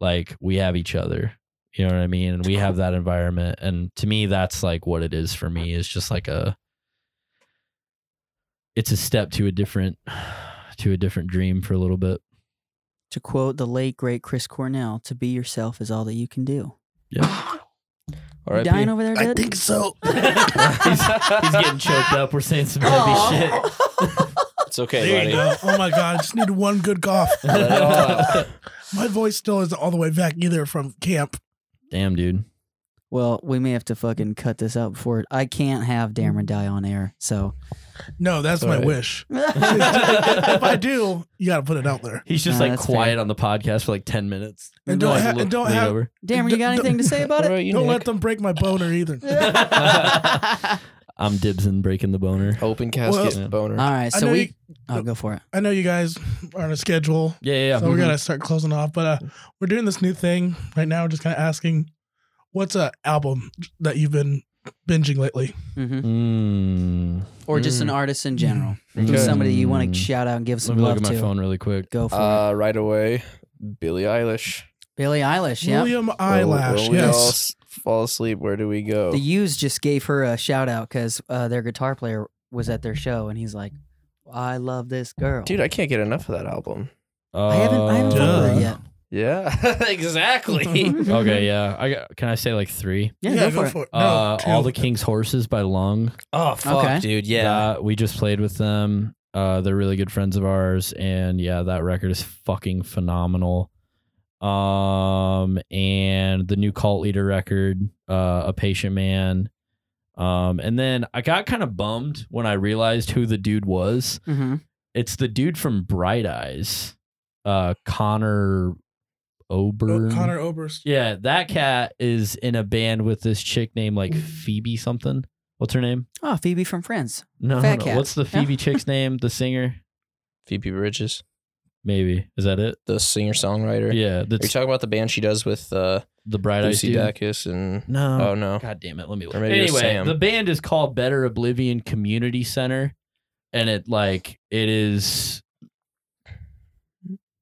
S3: like we have each other you know what i mean and we have that environment and to me that's like what it is for me is just like a it's a step to a different *sighs* to a different dream for a little bit
S1: To quote the late great Chris Cornell, "To be yourself is all that you can do." *laughs*
S2: All
S1: You
S2: right.
S1: dying over there,
S5: I
S1: dude?
S5: think so.
S3: he's, he's getting choked up we're saying some heavy shit
S2: It's okay,
S5: There you
S2: buddy.
S5: go. Oh my god, I just need one good cough.
S2: Let it all out.
S5: *laughs* My voice still isn't all the way back either from camp.
S3: *laughs* damn dude
S1: Well, we may have to fucking cut this out before I can't have Dameron die on air. So
S5: No, that's
S2: All
S5: my
S2: right.
S5: wish. if I do, you gotta put it out there.
S3: He's just
S1: No,
S3: like
S1: that's
S3: quiet on the podcast for like ten minutes.
S5: And don't
S3: Like,
S5: ha- and
S3: look-
S5: don't
S3: lean
S5: have-
S3: over.
S1: Dameron, you got anything to say about
S2: All
S1: it?
S2: right, you
S5: Don't let
S2: Nick.
S5: them break my boner either.
S3: I'm dibsing breaking the boner.
S2: Open casket
S3: Well-
S2: boner.
S1: All right,
S5: I
S1: so
S5: know
S1: we.
S5: you-
S1: oh, go for it.
S5: I know you guys are on a schedule,
S3: Yeah, yeah, yeah.
S5: so we're gonna start closing off. But uh, we're doing this new thing right now. We're just kind of asking, what's a album that you've been binging lately?
S1: hmm
S3: Mm.
S1: Or just an
S2: Mm.
S1: artist in general,
S2: Okay.
S1: Just somebody you want
S3: Mm.
S1: to shout out and give
S3: Let
S1: some
S3: me look
S1: love
S3: at my
S1: to.
S3: phone really quick.
S1: Go for it.
S2: Uh, right away, Billie Eilish.
S1: Billie Eilish. Yeah.
S5: William
S2: Where-
S5: Eyelash.
S2: where we
S5: yes.
S2: all s- fall asleep. Where do we go?
S1: The U's just gave her a shout out because uh, their guitar player was at their show, and he's like, "I love this girl,
S2: Dude, I can't get enough of that album.
S1: I haven't, I haven't
S5: Uh,
S1: fucked with
S5: duh.
S1: it yet.
S2: Yeah, *laughs* exactly.
S1: Mhm.
S3: Okay, yeah. I got, can I say like three?
S1: Yeah, go, for, it.
S5: it. No,
S3: uh,
S5: two.
S3: all the King's Horses by Lung.
S2: oh fuck,
S1: Okay.
S2: dude.
S3: That- we just played with them. Uh, they're really good friends of ours, and yeah, that record is fucking phenomenal. Um, and the new cult leader record, uh, a patient man. Um, and then I got kind of bummed when I realized who the dude was.
S1: hmm
S3: It's the dude from Bright Eyes, uh, Connor Ober.
S5: Oh, Connor Oberst.
S3: Yeah, that cat is in a band with this chick named like Phoebe something. What's her name?
S1: Oh, Phoebe from Friends.
S3: No,
S1: Fat
S3: no.
S1: cat.
S3: what's the
S1: Yeah. *laughs*
S3: Phoebe chick's name? The singer?
S2: Phoebe Bridges,
S3: Maybe is that it?
S2: the singer songwriter.
S3: Yeah,
S2: Are you
S3: that's
S2: talking about the band she does with uh,
S3: the bright eyes
S2: Lucy
S3: dude.
S2: Dacus and?
S3: No,
S2: oh no,
S3: god damn it, let me look.
S2: Or maybe it was
S3: Anyway,
S2: Sam.
S3: the band is called Better Oblivion Community Center, and it like it is.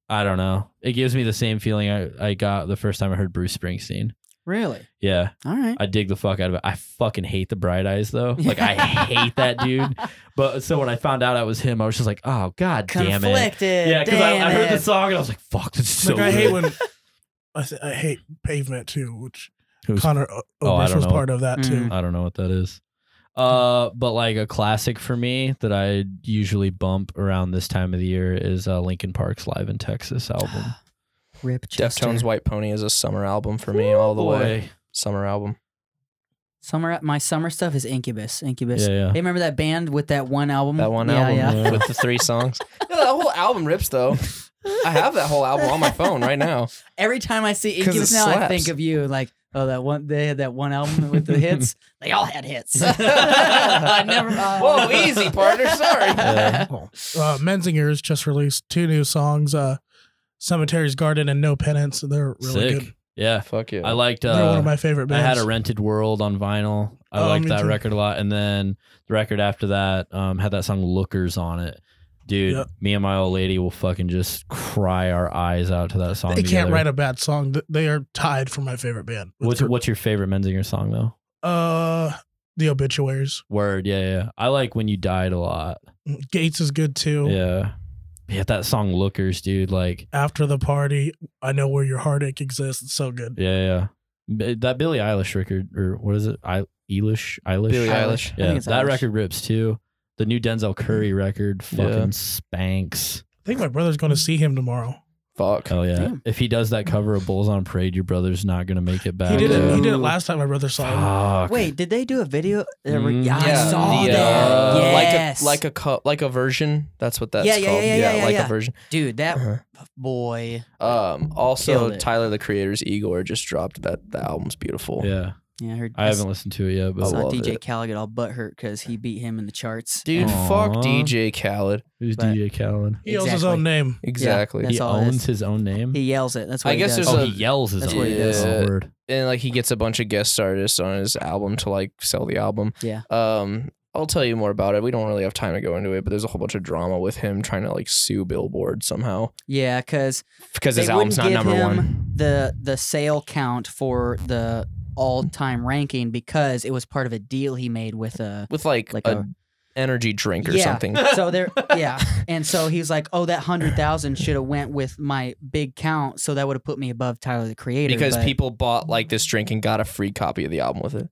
S3: I don't know. It gives me the same feeling I, I got the first time I heard Bruce Springsteen.
S1: Really?
S3: Yeah,
S1: All right.
S3: I dig the fuck out of it. I fucking hate the bright eyes though. Like I hate that dude. But so when I found out I was him, I was just like, oh god damn it.
S1: Conflicted.
S3: Yeah, because I,
S1: damn
S3: I heard the
S1: it.
S3: song and I was like, fuck, this is *laughs* so
S5: like I hate
S3: good.
S5: when I, th- I hate pavement too, which
S3: Who's-
S5: Connor o-
S3: Oh, I
S5: Oberst
S3: don't
S5: was
S3: know.
S5: part of that too.
S3: I don't know what that is. Uh, but like a classic for me that I usually bump around this time of the year is uh, Lincoln Park's Live in Texas
S5: *gasps*
S3: album.
S1: Rip Chester.
S2: Deftones White Pony is a summer album for me all the
S3: Oh,
S2: way. Summer album.
S1: Summer. My summer stuff is Incubus. Incubus.
S3: Yeah, yeah.
S1: Hey, remember that band with that one album?
S2: That one
S1: yeah,
S2: album
S1: Yeah.
S3: Mm, yeah.
S2: *laughs* with the three
S3: *laughs*
S2: songs. No, that whole album rips though. I have that whole album on my
S1: *laughs*
S2: phone right now.
S1: Every time I see
S2: 'Cause
S1: Incubus
S2: it
S1: now, I
S2: slaps.
S1: think of you. Like, oh, that one. They had that one album with
S2: *laughs*
S1: the hits. they all had hits. I *laughs* never. Uh,
S2: Whoa, easy, partner. Sorry.
S3: Yeah.
S5: *laughs* Uh, Menzinger's just released two new songs, uh, "Cemetery's Garden" and "No Penance." They're really
S3: Sick.
S5: good.
S3: Yeah.
S2: Fuck yeah.
S3: I liked
S5: They're one
S3: uh,
S5: of my favorite
S3: I
S5: bands.
S3: had a rented world on vinyl. I
S5: Oh,
S3: liked
S5: me
S3: that
S5: too.
S3: record a lot. And then the record after that um, had that song Lookers on it. Dude,
S5: Yep.
S3: me and my old lady will fucking just cry our eyes out to that song.
S5: they can't
S3: together.
S5: write a bad song. Th- They are tied for my favorite band.
S3: What's, what's your favorite Menzinger song though?
S5: uh, the obituaries.
S3: Word, yeah, yeah. I like when you died a lot.
S5: Gates is good too.
S3: Yeah. Yeah, that song Lookers, dude. Like,
S5: After the party, I know where your heartache exists. It's so good.
S3: yeah, yeah. B- That Billie Eilish record, or what is it? I- Eilish? Eilish?
S2: Billie Eilish.
S1: I think
S3: Yeah, that
S1: it's Eilish. Mm.
S3: record rips too. The new Denzel Curry record fucking
S2: Yeah.
S3: spanks.
S5: I think my brother's going to see him tomorrow.
S2: Fuck.
S3: Oh yeah.
S1: Damn.
S3: If he does that cover of Bulls on Parade, your brother's not gonna make it back.
S5: He did it. He
S2: yeah.
S5: did it last time my brother saw him.
S1: *laughs*
S3: Fuck.
S1: Wait, did they do a video? They were-
S3: Mm.
S1: yeah, I
S2: Yeah,
S1: saw
S2: the,
S1: that.
S2: uh,
S1: yes,
S2: Like a like a co- like a version. That's what that's
S1: Yeah, yeah,
S2: called.
S1: yeah, yeah, yeah,
S2: like
S1: yeah.
S2: a version.
S1: dude, that
S2: Uh-huh.
S1: boy.
S2: Um, also,
S1: Killed it.
S2: Tyler the Creator's Igor just dropped that. The album's beautiful.
S3: Yeah.
S1: Yeah, I heard.
S3: I haven't listened to it yet,
S1: I
S3: but
S1: saw
S2: love
S1: DJ
S2: it.
S1: Khaled get all butthurt because he beat him in the charts.
S2: Dude, fuck
S3: Aw.
S2: DJ Khaled.
S3: who's
S1: But-
S3: DJ Callan?
S5: He owns his own name.
S2: Exactly.
S1: That's
S3: He
S1: all it is.
S3: owns his own name.
S1: He yells it. That's what
S2: I
S1: he
S2: guess
S1: does.
S2: there's
S3: oh,
S2: a-
S3: he yells his
S1: That's
S3: own
S1: what he
S3: name.
S1: does.
S3: Oh, word.
S2: and like he gets a bunch of guest artists on his album to like sell the album.
S1: Yeah.
S2: Um, I'll tell you more about it. We don't really have time to go into it, but there's a whole bunch of drama with him trying to like sue Billboard somehow
S1: yeah, because
S2: because his
S1: They
S2: album's not
S1: wouldn't give
S2: number
S1: him
S2: one.
S1: the the sale count for the all time ranking because it was part of a deal he made with uh, a
S2: with like,
S1: like
S2: a,
S1: a
S2: energy drink or
S1: Yeah. *laughs*
S2: something.
S1: so there yeah and so he's like oh that 100000 should have went with my big count so that would have put me above tyler the creator
S2: Because
S1: but-
S2: people bought like this drink and got a free copy of the album with it.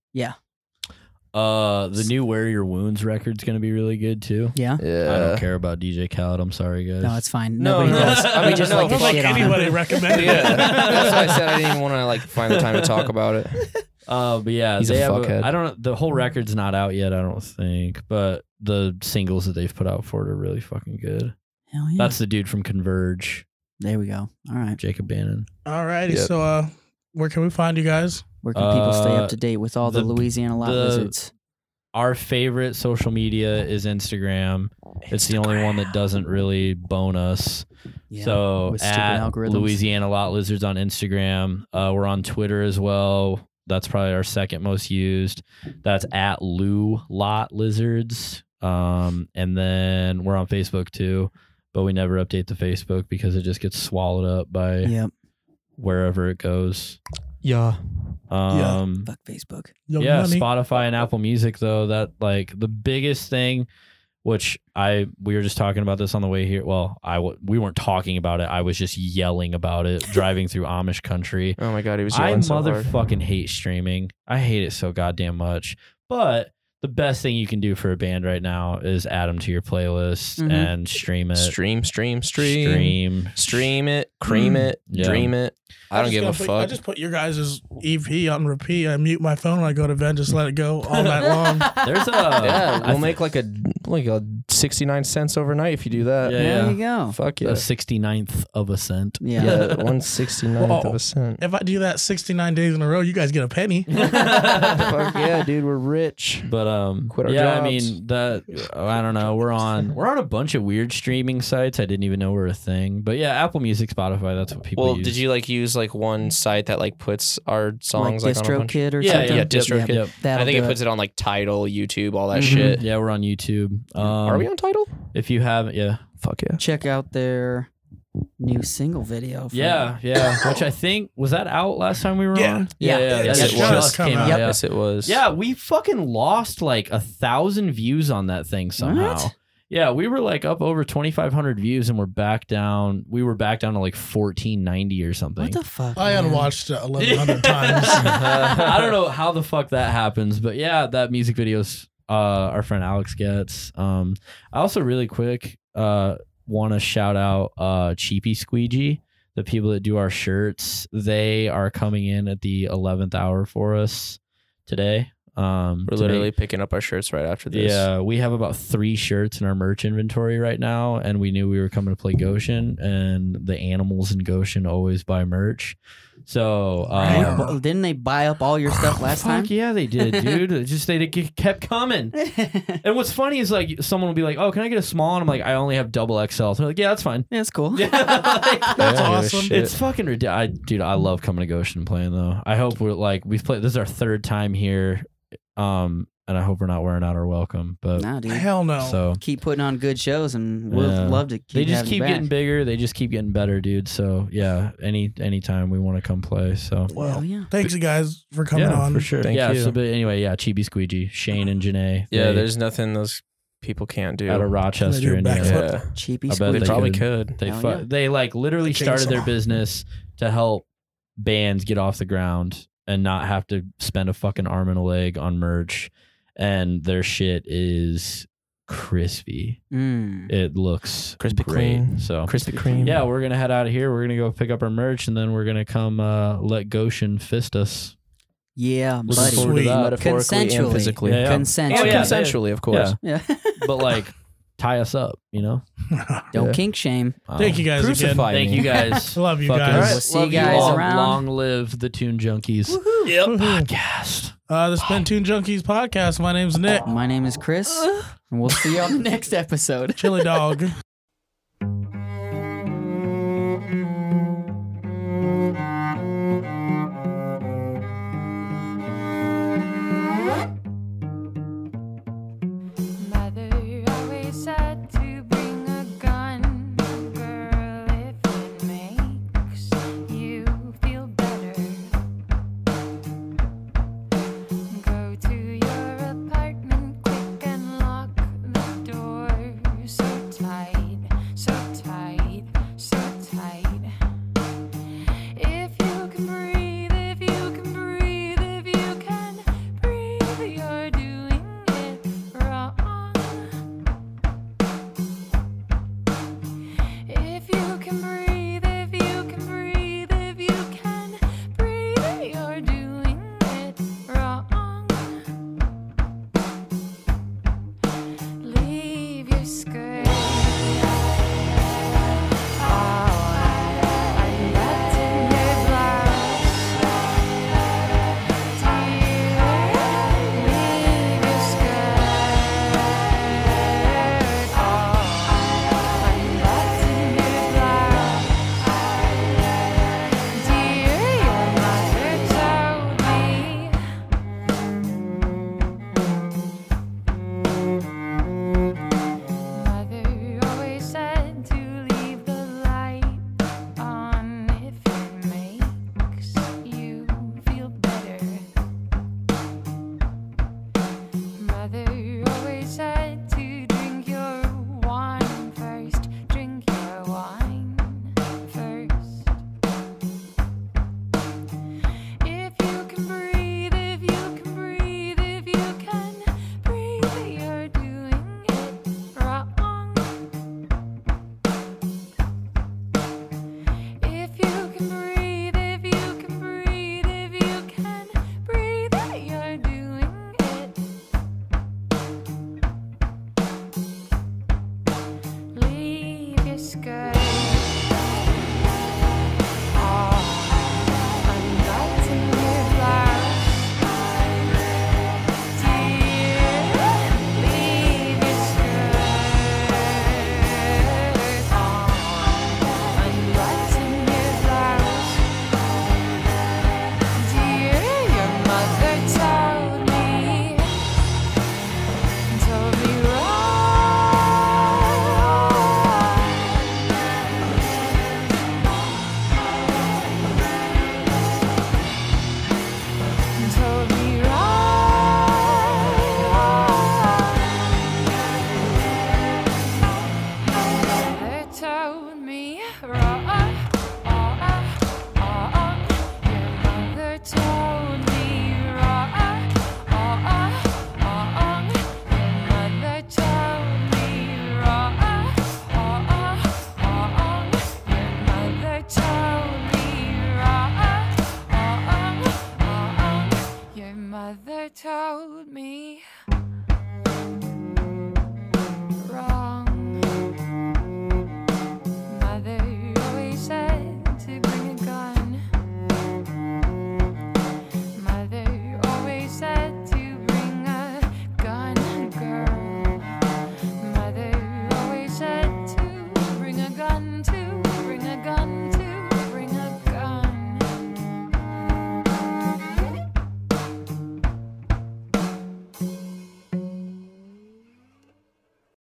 S3: Uh, the new "Where Your Wounds" record's gonna be really good too.
S1: yeah
S2: Yeah.
S3: I don't care about DJ Khaled. I'm sorry, guys.
S1: no it's fine
S2: No,
S1: nobody
S2: no.
S1: does
S2: I
S1: we
S2: mean,
S5: *laughs*
S1: just
S2: no,
S1: like to
S5: Not like
S1: shit on him.
S5: anybody
S2: *laughs*
S5: recommended.
S2: yeah,
S5: it.
S1: *laughs*
S2: that's why I said I didn't even want to like find the time to talk about it.
S3: Uh, but yeah,
S2: He's a
S3: they have
S2: fuckhead.
S3: I don't. The whole record's not out yet. I don't think, but the singles that they've put out for it are really fucking good.
S1: Hell yeah.
S3: That's the dude from Converge,
S1: there we go all right
S3: Jacob Bannon.
S5: All righty.
S2: Yep.
S5: So, uh, where can we find you guys?
S1: where can people stay
S3: Uh,
S1: up to date with all the,
S3: the-
S1: louisiana lot
S3: the-
S1: lizards
S3: Our favorite social media is Instagram. It's the only one that doesn't really bone us.
S1: yeah.
S3: so
S1: with stupid
S3: at
S1: algorithms.
S3: Louisiana Lot Lizards on Instagram. Uh, we're on Twitter as well. That's probably our second most used. That's at Lou Lot Lizards. Um, and then we're on Facebook too, but we never update the Facebook because it just gets swallowed up by
S1: yep
S3: wherever it goes.
S2: Yeah.
S3: Um,
S1: fuck facebook
S5: Young
S3: yeah,
S5: Money.
S3: Spotify and Apple Music though. That like the biggest thing, which I we were just talking about this on the way here. Well, I w- we weren't talking about it. I was just yelling about it driving through Amish country.
S2: Oh my god, he was
S3: I
S2: yelling so hard.
S3: motherfucking hate streaming. I hate it so goddamn much. But the best thing you can do for a band right now is add them to your playlist
S1: Mhm.
S3: and stream it.
S2: Stream, stream, stream, stream,
S3: Stream.
S2: it, cream it,
S3: Yeah.
S2: dream it. Mm, I don't
S5: just
S2: give a
S5: gonna put- I
S2: fuck.
S5: just put your guys' EP on repeat. I mute my phone when I go to bed. Just let it go
S1: *laughs*
S5: all night long.
S3: There's a
S2: yeah,
S3: I
S2: we'll
S3: th-
S2: make like a like a sixty nine cents overnight if you do that.
S3: Yeah,
S1: there
S3: yeah.
S1: you go
S2: Fuck
S3: a
S2: yeah.
S3: 69th of a cent.
S1: yeah,
S2: Yeah, one sixty ninth of
S5: Whoa.
S2: a cent.
S5: If I do that 69 days in a row, you guys get a penny.
S2: *laughs* Fuck yeah, dude, we're rich.
S3: But um,
S2: Quit our
S3: yeah, I
S2: jobs.
S3: mean that. I don't know. We're on we're on a bunch of weird streaming sites. I didn't even know were a thing. But yeah, Apple Music, Spotify. That's what people.
S2: Well,
S3: use.
S2: did you like use like one site that like puts our
S1: like
S2: songs like, on a
S1: distro
S2: bunch?
S1: kid or
S3: Yeah,
S1: something
S2: yeah,
S1: Yep, yep,
S2: DistroKid.
S3: Yep.
S1: that'll
S2: I think it Mm-hmm.
S1: do
S2: puts it on like Title, YouTube, all that
S1: Mhm.
S2: shit.
S3: Yeah, we're on YouTube. Um,
S2: Are we on Title?
S3: If you haven't, yeah,
S2: Fuck yeah.
S1: check out their new single video. for-
S3: yeah, yeah. Which I think was that out last time we were
S5: Yeah.
S3: on.
S1: Yeah.
S3: yeah.
S2: Yes,
S3: that
S2: it was.
S3: just came out.
S1: Yep.
S3: Yeah.
S2: Uh, Yes, it was.
S3: Yeah, we fucking lost like a thousand views on that thing somehow.
S1: What?
S3: Yeah, we were like up over twenty five hundred views, and we're back down. We were back down to like fourteen ninety or something.
S1: What the fuck?
S5: I
S1: man?
S5: unwatched it 1,100
S3: *laughs*
S5: *laughs* times.
S3: I don't know how the fuck that happens, but yeah, that music video's uh, our friend Alex gets. Um, I also really quick uh, want to shout out uh, Cheapy Squeegee, the people that do our shirts. They are coming in at the eleventh hour for us today. Um,
S2: We're
S3: to
S2: literally
S3: make-
S2: picking up our shirts right after this.
S3: yeah, we have about three shirts in our merch inventory right now, and we knew we were coming to play Goshen, and the animals in Goshen always buy merch. So
S1: Didn't-
S3: uh,
S1: bu- Didn't they buy up all your stuff last
S3: Fuck
S1: time?
S3: yeah, they did, dude. It just they d- kept coming.
S1: *laughs* yeah,
S3: And what's funny is like someone will be like, "Oh, can I get a small?" And I'm like, "I only have double XL." So they're like, "Yeah, that's fine."
S1: it's cool.
S3: Yeah, like,
S5: That's
S2: I don't give a
S5: awesome.
S2: shit.
S3: it's fucking ridiculous, I, dude. I love coming to Goshen and playing though. I hope we're like we've played. This is our third time here. Um, and I hope we're not wearing out our welcome. But
S1: Nah, dude.
S5: Hell no.
S3: so
S1: Keep putting on good shows, and we'll
S3: Yeah.
S1: love to keep.
S3: they just
S1: having you
S3: keep
S1: back.
S3: getting bigger. They just keep getting better, dude. So yeah, any anytime we want to come play. So
S5: well,
S1: Hell yeah.
S5: thanks you guys for coming
S3: yeah,
S5: on.
S3: for sure.
S2: Thank
S3: yeah.
S2: you.
S3: So but anyway, yeah, Chibi Squeegee, Shane and Janae.
S2: Yeah,
S3: they-
S2: there's nothing those people can't do.
S3: out of Rochester,
S5: They do
S3: Indiana.
S5: backflip.
S2: yeah,
S1: Cheapy
S3: I bet
S2: they
S1: squeegee.
S3: they
S2: probably
S3: could.
S2: could.
S3: They
S1: Hell
S3: fu-
S1: yeah.
S3: they like literally
S5: The
S3: started their
S5: chainsaw.
S3: business to help bands get off the ground and not have to spend a fucking arm and a leg on merch. And their shit is crispy.
S1: Mm.
S3: It looks
S2: Crispy
S3: great.
S2: clean.
S3: So
S2: Krispy Kreme.
S3: yeah, we're gonna head out of here. We're gonna go pick up our merch, and then we're gonna come uh, let Goshen fist us.
S1: Yeah,
S3: Looking
S1: buddy.
S5: forward to
S3: that.
S2: Metaphorically and
S1: Consensually.
S2: physically.
S3: Yeah, yeah.
S1: Consensual.
S2: And
S3: Oh, yeah.
S2: consensually, of course.
S3: *laughs*
S1: yeah.
S3: But like, tie us up, you know.
S1: Don't
S2: Yeah.
S1: kink shame.
S3: I
S5: Thank
S3: don't-
S5: you guys again.
S2: Crucify
S3: Thank
S2: me.
S3: you *laughs* guys.
S5: Love you
S3: Fucking-
S5: guys.
S2: All right.
S1: We'll see
S2: Love
S1: you
S2: you
S1: guys
S2: all.
S1: around.
S3: Long live the Tune Junkies
S5: Yep.
S3: podcast.
S5: Uh, this has been Toon
S2: *laughs*
S5: Junkies podcast. My name's
S3: *laughs*
S5: Nick
S1: My name is Chris, and we'll see y'all next episode.
S5: Chili Dog.